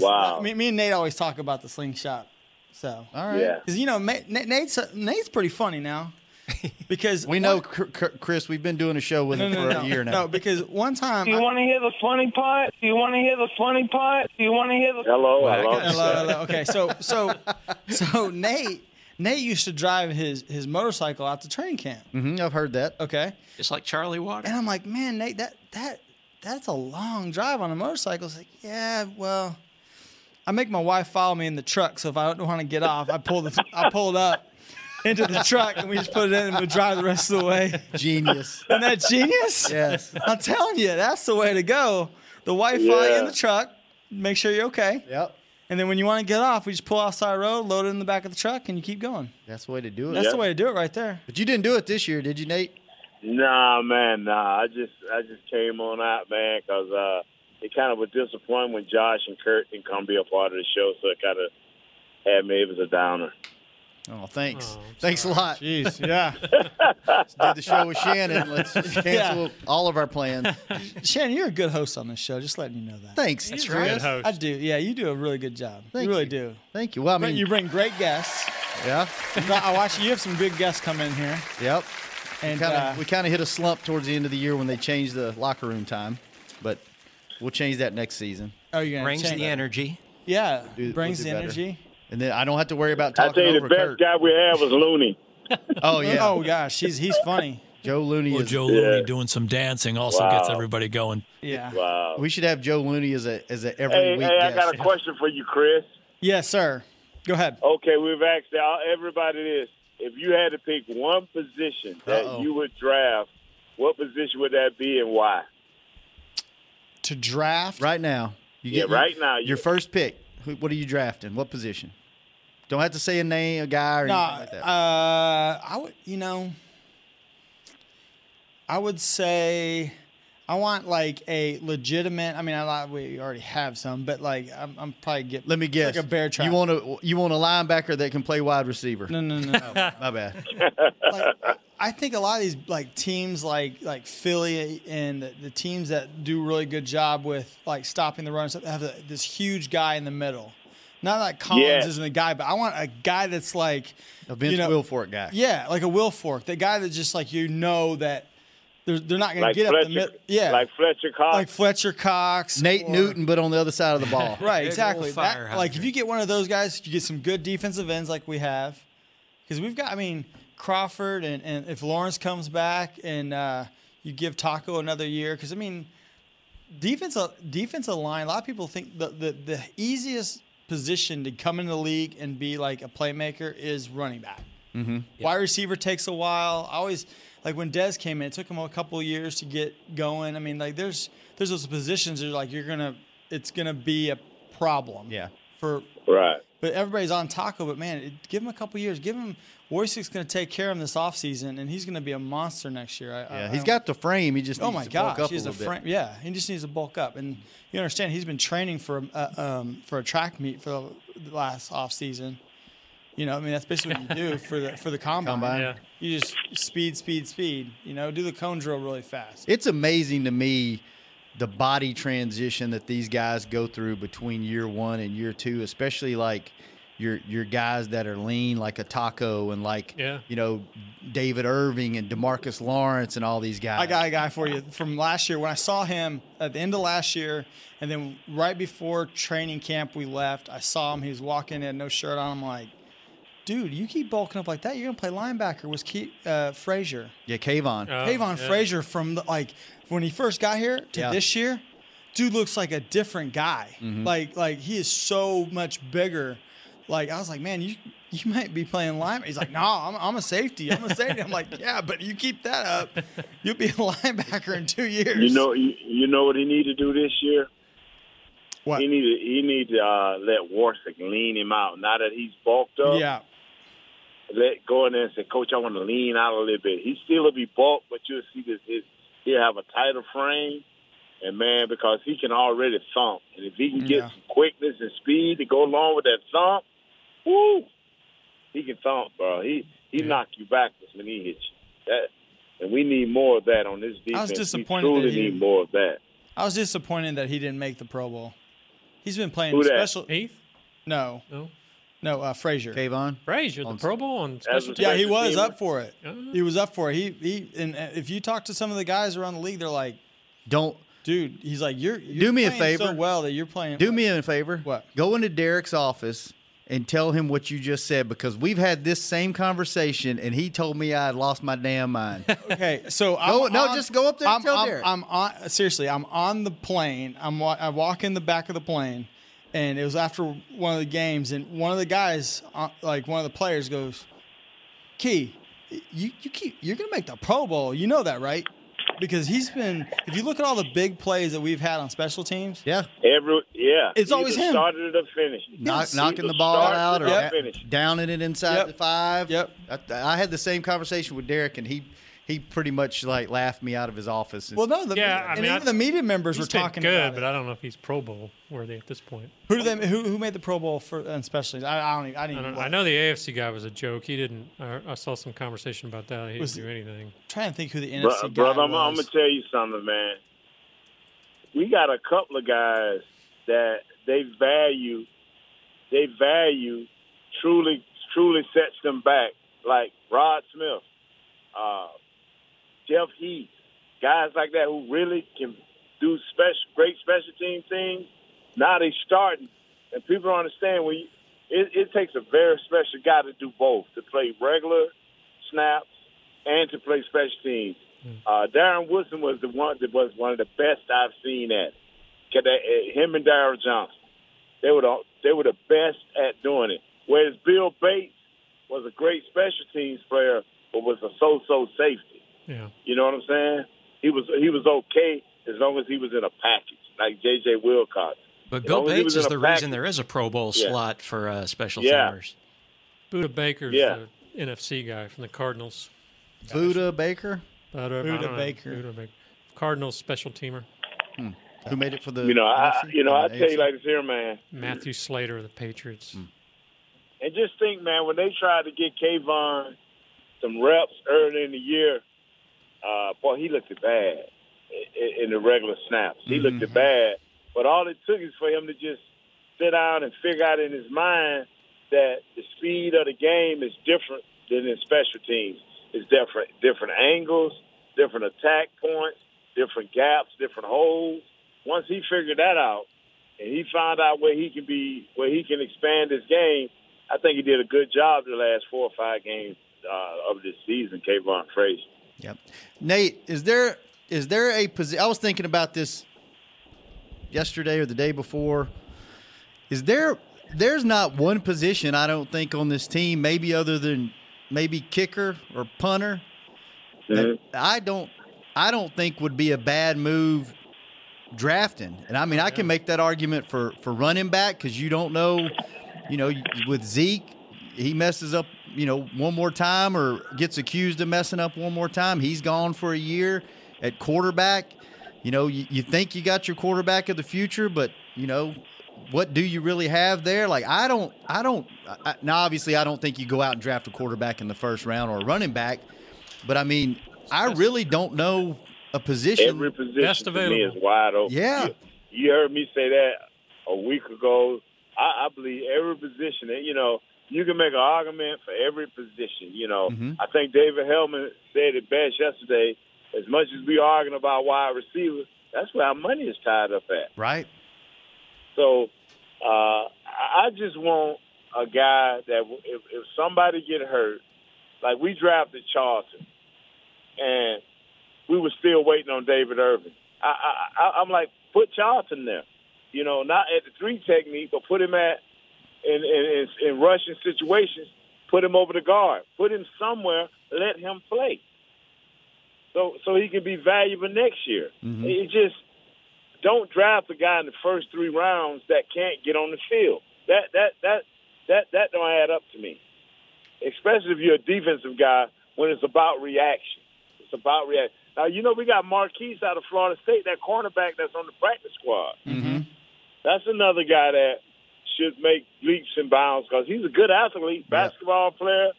Speaker 7: Wow.
Speaker 5: Me, me and Nate always talk about the slingshot. So.
Speaker 3: All right.
Speaker 7: yeah.
Speaker 5: Because you know Ma- Na- Nate's uh, Nate's pretty funny now.
Speaker 9: [LAUGHS]
Speaker 5: Because
Speaker 3: We know, Cr- Cr- Chris. We've been doing a show with
Speaker 5: No,
Speaker 3: him
Speaker 5: no,
Speaker 3: for
Speaker 5: no.
Speaker 3: a year now.
Speaker 5: No, because one time.
Speaker 12: Do you
Speaker 5: I-
Speaker 12: want to hear the funny part? Do you want to hear the funny part? Do you want to hear the?
Speaker 7: Hello,
Speaker 9: Well, I
Speaker 7: hello.
Speaker 9: got-
Speaker 5: Hello, hello. Okay, so so so Nate Nate used to drive his his motorcycle out to train camp.
Speaker 9: Mm-hmm.
Speaker 3: hmm I've heard that.
Speaker 5: Okay,
Speaker 9: Just like Charlie Water.
Speaker 5: and I'm like, man, Nate, that that that's a long drive on a motorcycle. It's like, yeah, well, I make my wife follow me in the truck, so if I don't want to get off, I pull the I pulled up into the truck, and we just put it in and we drive the rest of the way. [LAUGHS]
Speaker 3: Genius.
Speaker 5: Isn't that genius?
Speaker 3: yes.
Speaker 5: I'm telling you, that's the way to go. The wife follow you in
Speaker 7: Yeah.
Speaker 5: the truck, make sure you're okay.
Speaker 3: Yep.
Speaker 5: And then when you want to get off, we just pull off side road, load it in the back of the truck, and you keep going.
Speaker 3: That's the way to do it.
Speaker 5: That's the way to do it right there.
Speaker 3: But you didn't do it this year, did you, Nate?
Speaker 7: Nah, man, nah. I just I just came on out, man, because uh, it kind of was disappointing when Josh and Kurt didn't come be a part of the show, so it kind of had me. It was a downer.
Speaker 3: Oh, thanks.
Speaker 4: Oh, I'm
Speaker 3: thanks a lot.
Speaker 5: Jeez, yeah.
Speaker 3: Let's do the show with Shannon. Let's just cancel all of our plans.
Speaker 5: [LAUGHS] Shannon, you're a good host on this show. Just letting you know that.
Speaker 3: Thanks,
Speaker 4: He's a
Speaker 3: Chris.
Speaker 4: good host.
Speaker 5: I do. Yeah, you do a really good job.
Speaker 3: Thank
Speaker 5: you really
Speaker 3: you.
Speaker 5: do.
Speaker 3: Thank you. Well, I
Speaker 5: But
Speaker 3: mean,
Speaker 5: you bring great [LAUGHS] guests.
Speaker 3: yeah,
Speaker 5: No, I watch you have some good guests come in here,
Speaker 3: yep.
Speaker 5: and
Speaker 3: Kinda,
Speaker 5: uh,
Speaker 3: we kind of hit a slump towards the end of the year when they changed the locker room time, but we'll change that next season.
Speaker 5: oh, you're gonna
Speaker 9: Brings
Speaker 5: change-
Speaker 9: the energy.
Speaker 5: Yeah,
Speaker 3: Do- we'll
Speaker 5: brings
Speaker 3: do
Speaker 5: the
Speaker 3: better.
Speaker 5: energy.
Speaker 3: And then I don't have to worry about
Speaker 7: I
Speaker 3: talking
Speaker 7: tell you,
Speaker 3: over
Speaker 7: the best
Speaker 3: Kurt.
Speaker 7: guy we had was Looney.
Speaker 3: Oh yeah.
Speaker 5: [LAUGHS] Oh gosh, he's he's funny.
Speaker 3: Joe Looney
Speaker 6: Or
Speaker 3: is
Speaker 6: Joe Looney doing some dancing also gets
Speaker 3: Wow.
Speaker 6: everybody going.
Speaker 5: Yeah.
Speaker 7: Wow.
Speaker 3: We should have Joe Looney as a as a every
Speaker 7: Hey,
Speaker 3: week
Speaker 7: hey, I
Speaker 3: guest.
Speaker 7: got a question for you, Chris.
Speaker 5: Yes, sir. Go ahead.
Speaker 7: Okay, we've asked all- everybody this. If you had to pick one position that
Speaker 5: Uh-oh.
Speaker 7: you would draft, what position would that be and why?
Speaker 5: To draft
Speaker 3: right now. You
Speaker 7: Yeah,
Speaker 3: your-
Speaker 7: right now,
Speaker 3: Your
Speaker 7: yeah.
Speaker 3: first pick. Who, what are you drafting? What position? Don't have to say a name, a guy, or
Speaker 5: No,
Speaker 3: anything like that.
Speaker 5: uh, I would, you know, I would say I want like a legitimate. I mean, I like we already have some, but like I'm, I'm probably get.
Speaker 3: Let me
Speaker 5: it's
Speaker 3: guess.
Speaker 5: Like a bear trap.
Speaker 3: You want a you want a linebacker that can play wide receiver?
Speaker 5: No, no, no.
Speaker 3: oh, my bad.
Speaker 5: I think a lot of these like teams like like Philly and the, the teams that do really good job with like stopping the run and stuff, have a, this huge guy in the middle. Not that Collins
Speaker 3: Yeah.
Speaker 5: isn't the guy, but I want a guy that's like
Speaker 3: A Vince
Speaker 5: you know,
Speaker 3: Wilfork guy.
Speaker 5: Yeah, like a Will Fork, the guy that just like you know that they're, they're not going
Speaker 7: Like
Speaker 5: to get up
Speaker 7: Fletcher,
Speaker 5: the middle. Yeah,
Speaker 7: like Fletcher Cox.
Speaker 5: Like Fletcher Cox,
Speaker 3: Nate
Speaker 5: or-
Speaker 3: Newton, but on the other side
Speaker 5: [LAUGHS]
Speaker 3: of the ball.
Speaker 5: Right, exactly. That, like if you get one of those guys, you get some good defensive ends like we have, because we've got. I mean Crawford and, and if Lawrence comes back and uh, you give Taco another year, because I mean defense defensive line. A lot of people think the, the the easiest position to come in the league and be like a playmaker is running back.
Speaker 13: Mm-hmm.
Speaker 5: Wide receiver takes a while. I always like when Dez came in, it took him a couple years to get going. I mean, like there's there's those positions that are like you're gonna it's gonna be a problem.
Speaker 3: Yeah.
Speaker 5: For
Speaker 7: Right.
Speaker 5: but everybody's on Taco, but man, it, give him a couple years. Give him Warsick's gonna take care of him this offseason and he's gonna be a monster next year. I, I,
Speaker 3: Yeah, he's
Speaker 5: I-
Speaker 3: got the frame. He just needs
Speaker 5: oh my
Speaker 3: to
Speaker 5: gosh,
Speaker 3: bulk up
Speaker 5: he's a,
Speaker 3: a little
Speaker 5: frame.
Speaker 3: bit.
Speaker 5: Yeah, he just needs to bulk up, and you understand he's been training for a, uh, um, for a track meet for the last off season. You know, I mean that's basically what you do for the for the combine.
Speaker 3: [LAUGHS] Combine. Yeah.
Speaker 5: You just speed, speed, speed. You know, do the cone drill really fast.
Speaker 3: It's amazing to me the body transition that these guys go through between year one and year two, especially like your your guys that are lean, like a taco and like
Speaker 5: Yeah.
Speaker 3: you know David Irving and Demarcus Lawrence and all these guys.
Speaker 5: I got a guy for you from last year. When I saw him at the end of last year, and then right before training camp we left, I saw him. He was walking in, no shirt on. I'm like, dude, you keep bulking up like that, you're gonna play linebacker. Was Ke- uh, Frazier?
Speaker 3: yeah, Kayvon.
Speaker 4: Oh,
Speaker 5: Kayvon Frazier from the, like when he first got here to
Speaker 3: Yeah.
Speaker 5: this year, dude looks like a different guy.
Speaker 3: Mhm.
Speaker 5: Like like he is so much bigger. Like I was like, man, you you might be playing linebacker. He's like, no, I'm, I'm a safety. I'm a safety. I'm like, yeah, but you keep that up, you'll be a [LAUGHS] linebacker in two years.
Speaker 7: You know, you, you know what he need to do this year.
Speaker 5: What
Speaker 7: he need to he need to uh, let Warsick lean him out. Now that he's bulked up,
Speaker 5: yeah,
Speaker 7: let go in there and say, Coach, I want to lean out a little bit. He still will be bulked, but you'll see this. His, he'll have a tighter frame, and man, because he can already thump, and if he can get
Speaker 5: Yeah.
Speaker 7: some quickness and speed to go along with that thump, woo, he can thump, bro. He he knock you backwards when he hits you. That, and we need more of that on this defense.
Speaker 5: was disappointed
Speaker 7: We
Speaker 5: that
Speaker 7: truly
Speaker 5: he-
Speaker 7: need more of that.
Speaker 5: I was disappointed that he didn't make the Pro Bowl. He's been playing
Speaker 7: Who that?
Speaker 5: special
Speaker 4: eighth.
Speaker 5: No,
Speaker 4: no,
Speaker 5: no, uh, Frazier.
Speaker 3: Kayvon
Speaker 4: Frazier, the Pro Bowl on special
Speaker 5: Yeah, he
Speaker 4: teams.
Speaker 5: was up for it. He was up for it. He he and uh, if you talk to some of the guys around the league, they're like,
Speaker 3: Don't
Speaker 5: dude. He's like, you're, you're
Speaker 3: Do me a
Speaker 5: playing so
Speaker 3: favor.
Speaker 5: well that you're playing.
Speaker 3: Do me a favor.
Speaker 5: What?
Speaker 3: Go into Derek's office and tell him what you just said because we've had this same conversation and he told me I had lost my damn
Speaker 5: [LAUGHS]
Speaker 3: mind.
Speaker 5: Okay, so I'm
Speaker 3: Go- no,
Speaker 5: on-
Speaker 3: just go up there and
Speaker 5: I'm,
Speaker 3: tell
Speaker 5: I'm,
Speaker 3: Derek.
Speaker 5: I'm on. Seriously, I'm on the plane. I'm wa- I walk in the back of the plane, and it was after one of the games, and one of the guys, uh, like one of the players, goes, "Key, you you keep you're gonna make the Pro Bowl. You know that, right?" Because he's been, if you look at all the big plays that we've had on special teams,
Speaker 3: yeah,
Speaker 7: Every yeah,
Speaker 5: It's always
Speaker 7: either
Speaker 5: him.
Speaker 7: Started to finish,
Speaker 3: Knock,
Speaker 7: Either
Speaker 3: knocking the ball
Speaker 7: start
Speaker 3: out or da-
Speaker 7: finish.
Speaker 3: downing it inside
Speaker 7: Yep.
Speaker 3: the five. Yep. I, I had the same conversation with Derek and he he pretty much like laughed me out of his office. and-
Speaker 5: Well, no, the,
Speaker 4: Yeah, I
Speaker 5: and
Speaker 4: mean,
Speaker 5: even
Speaker 4: I-
Speaker 5: the media members
Speaker 4: He's
Speaker 5: were talking
Speaker 4: been good,
Speaker 5: about it.
Speaker 4: but I don't know if he's Pro Bowl worthy at this point.
Speaker 5: Who did they, who, who made the Pro Bowl for and special teams? I, I don't even. I didn't.
Speaker 4: I,
Speaker 5: even
Speaker 4: don't,
Speaker 5: look.
Speaker 4: I know the AFC guy was a joke. He didn't. I, I saw some conversation about that. He
Speaker 5: Was-
Speaker 4: didn't do anything.
Speaker 5: trying to think who the NFC
Speaker 7: Bro-
Speaker 5: guy
Speaker 7: brother, I'm, I'm
Speaker 5: was.
Speaker 7: gonna tell you something, man. We got a couple of guys that they value, they value, truly, truly sets them back. Like Rod Smith, uh, Jeff Heath, guys like that who really can do special, great special team things. Now they starting, and people don't understand when you, it, it takes a very special guy to do both, to play regular snaps and to play special teams. Uh, Darren Woodson was the one that was one of the best I've seen at. it. 'Cause they- Him and Darrell Johnson, they were the, they were the best at doing it. Whereas Bill Bates was a great special teams player, but was a so-so safety.
Speaker 4: Yeah.
Speaker 7: You know what I'm saying? He was he was okay as long as he was in a package, like J.J. Wilcox.
Speaker 9: But
Speaker 7: As
Speaker 9: Bill
Speaker 7: long as he was
Speaker 9: Bates is
Speaker 7: in a
Speaker 9: the
Speaker 7: package-
Speaker 9: reason there is a Pro Bowl
Speaker 7: Yeah.
Speaker 9: slot for uh, special
Speaker 7: Yeah.
Speaker 9: teamers.
Speaker 4: Buda Baker's
Speaker 7: Yeah.
Speaker 4: the NFC guy from the Cardinals.
Speaker 3: Buda Baker.
Speaker 4: But, uh,
Speaker 3: Buda
Speaker 4: I don't know.
Speaker 3: Baker.
Speaker 4: Buda Baker. Cardinals special teamer.
Speaker 3: Who made it for the?
Speaker 7: You know, I
Speaker 3: NFC?
Speaker 7: you know I
Speaker 3: Uh,
Speaker 7: tell
Speaker 3: AFC?
Speaker 7: you like this here, man.
Speaker 4: Matthew Slater of the Patriots.
Speaker 7: And just think, man, when they tried to get Kayvon some reps early in the year, uh, boy, he looked it bad in, in the regular snaps. He looked it bad. But all it took is for him to just sit down and figure out in his mind that the speed of the game is different than in special teams. It's different, different angles, different attack points, different gaps, different holes. Once he figured that out, and he found out where he can be, where he can expand his game. I think he did a good job the last four or five games uh, of this season, Kayvon Frazier.
Speaker 3: Yep. Nate, is there is there a position? I was thinking about this yesterday or the day before. Is there? There's not one position I don't think on this team, maybe other than maybe kicker or punter. that I don't. I don't think would be a bad move drafting. And I mean, I can make that argument for for running back because you don't know, you know, with Zeke, he messes up, you know, one more time or gets accused of messing up one more time. He's gone for a year at quarterback. You know, you, you think you got your quarterback of the future, but you know, what do you really have there? Like, I don't, I don't. I, I- now, obviously, I don't think you go out and draft a quarterback in the first round or a running back, but I mean, I really don't know a position.
Speaker 7: Every position to me is wide open.
Speaker 3: Yeah.
Speaker 7: You, you heard me say that a week ago. I, I believe every position that you know you can make an argument for every position. You know,
Speaker 13: Mhm.
Speaker 7: I think David Hellman said it best yesterday. As much as we arguing about wide receivers, that's where our money is tied up at.
Speaker 3: Right.
Speaker 7: So uh, I I just want a guy that w- if, if somebody get hurt, like we drafted Charlton, and we were still waiting on David Irvin. I, I, I, I'm like, put Charlton there, you know, not at the three technique, but put him at in in, in, in rushing situations. Put him over the guard. Put him somewhere. Let him play. So so he can be valuable next year.
Speaker 13: Mhm.
Speaker 7: It just don't draft a guy in the first three rounds that can't get on the field. That that that that that don't add up to me. Especially if you're a defensive guy when it's about reaction. It's about reaction. Now you know we got Marquise out of Florida State, that cornerback that's on the practice squad.
Speaker 3: Mm-hmm.
Speaker 7: That's another guy that should make leaps and bounds because he's a good athlete, basketball player.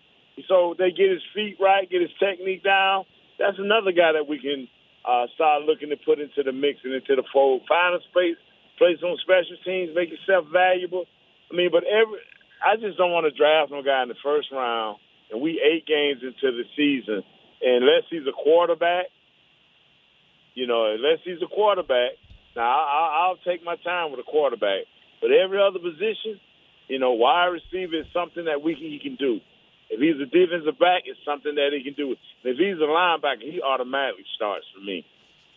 Speaker 7: So they get his feet right, get his technique down. That's another guy that we can uh, start looking to put into the mix and into the fold. Find a space, play some special teams, make yourself valuable. I mean, but every I just don't want to draft no guy in the first round, and we eight games into the season, unless he's a quarterback. You know, unless he's a quarterback. Now I, I- I'll take my time with a quarterback, but every other position, you know, wide receiver is something that we can, he can do. If he's a defensive back, it's something that he can do. And if he's a linebacker, he automatically starts for me.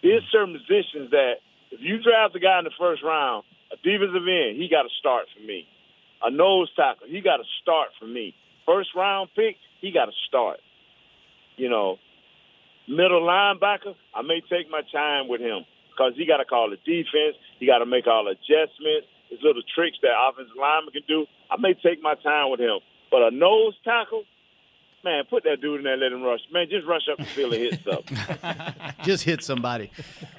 Speaker 7: There's certain positions that if you draft a guy in the first round, a defensive end, he got to start for me. A nose tackle, he got to start for me. First round pick, he got to start. You know, middle linebacker, I may take my time with him because he got to call the defense. He got to make all adjustments. His little tricks that offensive lineman can do. I may take my time with him, but a nose tackle, man, put that dude in there, and let him rush. Man, just rush up the field and hit something.
Speaker 3: [LAUGHS] Just hit somebody.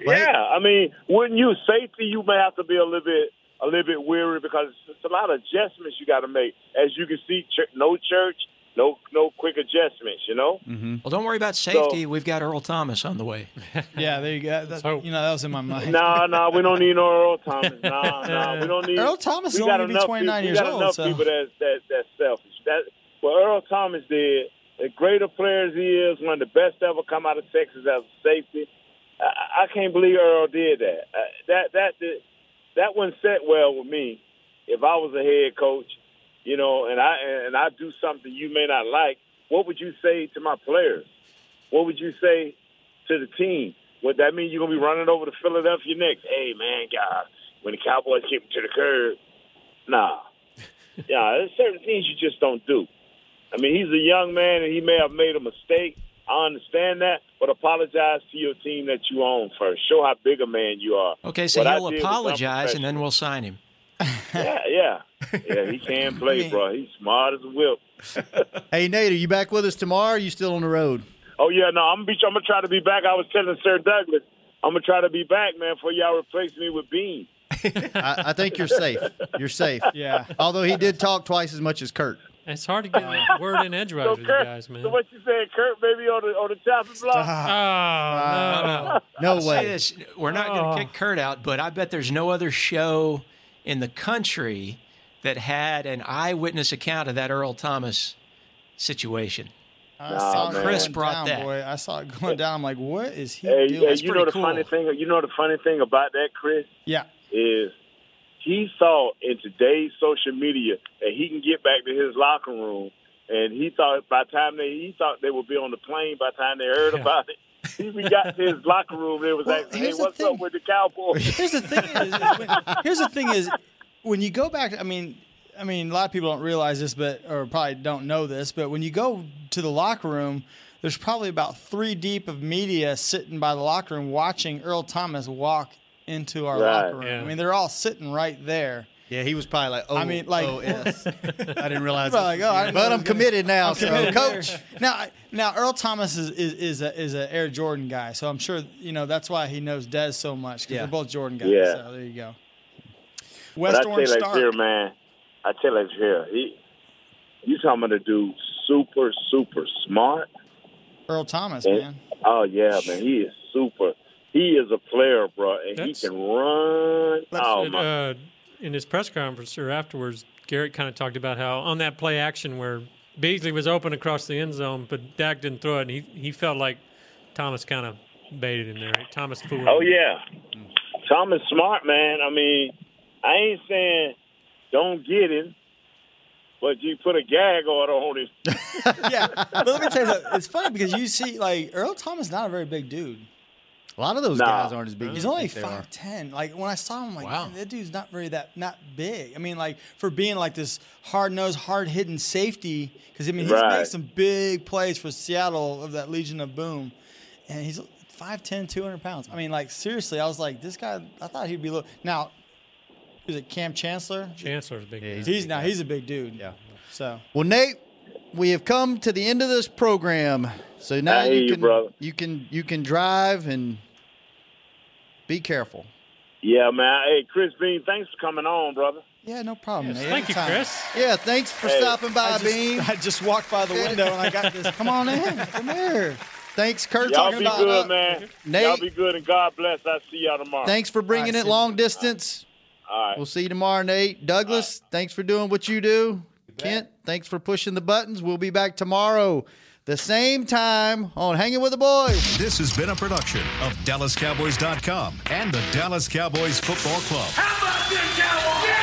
Speaker 7: yeah, I mean, wouldn't you safety? You may have to be a little bit a little bit weary because it's a lot of adjustments you got to make. As you can see, chur no church, no no quick adjustments. You know.
Speaker 9: Well, don't worry about safety. We've got Earl Thomas on the way.
Speaker 5: Yeah, there you go. That, you know, that was
Speaker 7: [LAUGHS]
Speaker 5: in my mind.
Speaker 7: No, no, we don't need no Earl Thomas. No, no, we don't need
Speaker 5: Earl Thomas
Speaker 7: We
Speaker 5: is
Speaker 7: got
Speaker 5: only
Speaker 7: enough
Speaker 5: 29
Speaker 7: people,
Speaker 5: years
Speaker 7: we got
Speaker 5: old,
Speaker 7: Enough
Speaker 5: so-
Speaker 7: people that's that, that's selfish. That what Earl Thomas did. The greater players he is, one of the best ever come out of Texas as a safety. I, I can't believe Earl did that. Uh, that that that that wouldn't set well with me if I was a head coach, you know, and I and I do something you may not like. What would you say to my players? what would you say to the team? Would that mean you're gonna be running over to Philadelphia Knicks? Hey man, God, when the Cowboys get to the curb,
Speaker 9: [LAUGHS]
Speaker 7: nah, yeah, there's certain things you just don't do. I mean, he's a young man and he may have made a mistake. I understand that, but apologize to your team that you own first. Show how big a man you are.
Speaker 9: Okay, so
Speaker 7: What I
Speaker 9: he'll
Speaker 7: did was
Speaker 9: apologize and then we'll sign him.
Speaker 7: yeah, yeah, yeah. He can
Speaker 9: [LAUGHS]
Speaker 7: play, bro. He's smart as a whip.
Speaker 3: Hey, Nate, are you back with us tomorrow? Or are you still on the road?
Speaker 7: Oh yeah, no, I'm gonna be. I'm gonna try to be back. I was telling Sir Douglas, I'm gonna try to be back, man, before y'all replace me with Bean.
Speaker 3: I, I think you're safe. You're
Speaker 7: [LAUGHS]
Speaker 3: safe.
Speaker 7: Yeah.
Speaker 3: Although he did talk twice as much as Kurt.
Speaker 4: It's hard to
Speaker 7: [LAUGHS]
Speaker 4: get a word in edgewise with you guys, man.
Speaker 7: Oh, So what you saying, Kurt? Baby on the on the chopping block. Uh,
Speaker 4: Ah.
Speaker 7: Oh, No
Speaker 9: no.
Speaker 5: Oh,
Speaker 9: I'll say
Speaker 7: way.
Speaker 9: this, We're not going to kick Kurt out, but I bet there's no other show in the country that had an eyewitness account of that Earl Thomas situation.
Speaker 5: I saw it
Speaker 9: Chris
Speaker 5: going
Speaker 9: brought
Speaker 5: down,
Speaker 9: that.
Speaker 5: Boy. I saw
Speaker 7: [LAUGHS]
Speaker 5: it going down. I'm like, what is he
Speaker 7: Hey,
Speaker 5: doing?
Speaker 7: yeah, you know the funny thing. You know the funny thing about that, Chris,
Speaker 5: Yeah.
Speaker 7: is he thought in today's social media that he can get back to his locker room, and he thought by the time they he thought they would be on the plane by the time they heard about it. He we got to his locker room. It was like, hey, what's up with the Cowboys?
Speaker 5: Here's the thing is, here's the thing is when you go back i mean i mean a lot of people don't realize this but or probably don't know this but when you go to the locker room there's probably about three deep of media sitting by the locker room watching earl thomas walk into our
Speaker 3: Right.
Speaker 5: locker room
Speaker 3: Yeah.
Speaker 5: i mean they're all sitting right there
Speaker 3: yeah he was probably like
Speaker 5: i mean like [LAUGHS]
Speaker 3: oh, yes. I didn't realize.
Speaker 5: Well, like, oh, I didn't know
Speaker 3: but
Speaker 5: it
Speaker 3: I'm
Speaker 5: was gonna-
Speaker 3: committed now,
Speaker 5: I'm [LAUGHS]
Speaker 3: so
Speaker 5: committed
Speaker 3: coach.
Speaker 5: there. Now, I- now Earl Thomas is is is a, is a Air Jordan guy, so I'm sure you know that's why he knows Dez so much because
Speaker 7: Yeah.
Speaker 5: they're both Jordan guys.
Speaker 7: Yeah.
Speaker 5: So there you go.
Speaker 7: But
Speaker 5: West Orange
Speaker 7: I tell you
Speaker 5: Stark.
Speaker 7: like here, man. I tell you like here, he, you talking about a dude super, super smart.
Speaker 5: Earl Thomas,
Speaker 7: And-
Speaker 5: man.
Speaker 7: Oh yeah, man, he is super. He is a player, bro, and he can run. Oh
Speaker 4: And,
Speaker 7: my,
Speaker 4: uh, in his press conference or afterwards, Garrett kind of talked about how on that play action where Beasley was open across the end zone, but Dak didn't throw it, and he, he felt like Thomas kind of baited him there. Thomas fooled.
Speaker 7: oh
Speaker 4: him.
Speaker 7: yeah, Thomas Smart, man. I mean, I ain't saying don't get him, but you put a gag order on him.
Speaker 5: yeah, but let me tell you, something. it's funny because you see, like Earl Thomas, is not a very big dude.
Speaker 3: A lot of those
Speaker 7: Nah.
Speaker 3: guys aren't as big.
Speaker 5: He's
Speaker 3: as you
Speaker 5: only
Speaker 3: think they are.
Speaker 5: five ten. Like when I saw him, I'm like "Man, that dude's not very that not big. I mean, like for being like this hard nosed, hard hitting safety, because I mean he's
Speaker 7: Right.
Speaker 5: made some big plays for Seattle of that Legion of Boom, and he's 5'10", 200 pounds. I mean, like seriously, I was like this guy. I thought he'd be little. Now, is it Cam Chancellor?
Speaker 4: Chancellor's big.
Speaker 5: he's
Speaker 4: guy.
Speaker 5: now he's a big dude. Yeah. So
Speaker 3: Well, Nate, we have come to the end of this program, so now
Speaker 7: I hear you,
Speaker 3: you can
Speaker 7: brother.
Speaker 3: you can you can drive and be careful.
Speaker 7: Yeah, man. Hey, Chris Bean, thanks for coming on, brother.
Speaker 5: yeah, no problem. man.
Speaker 4: Thank you,
Speaker 5: Anytime.
Speaker 4: Chris.
Speaker 3: Yeah, thanks for
Speaker 7: Hey,
Speaker 3: stopping by,
Speaker 5: I just,
Speaker 3: Bean.
Speaker 5: I just walked by the window and I got this. Come on in. Come here.
Speaker 3: Thanks, Kurt.
Speaker 7: Y'all
Speaker 3: talking
Speaker 7: be
Speaker 3: about
Speaker 7: good,
Speaker 3: uh,
Speaker 7: man.
Speaker 3: Nate.
Speaker 7: Y'all be good, and God bless. I see y'all tomorrow.
Speaker 3: Thanks for bringing it long distance.
Speaker 7: All right.
Speaker 3: We'll see you tomorrow, Nate. Douglas, thanks for doing what you do. Kent, thanks for pushing the buttons. We'll be back tomorrow, the same time on Hanging with the Boys.
Speaker 1: This has been a production of DallasCowboys.com and the Dallas Cowboys Football Club.
Speaker 13: How about this, Cowboys?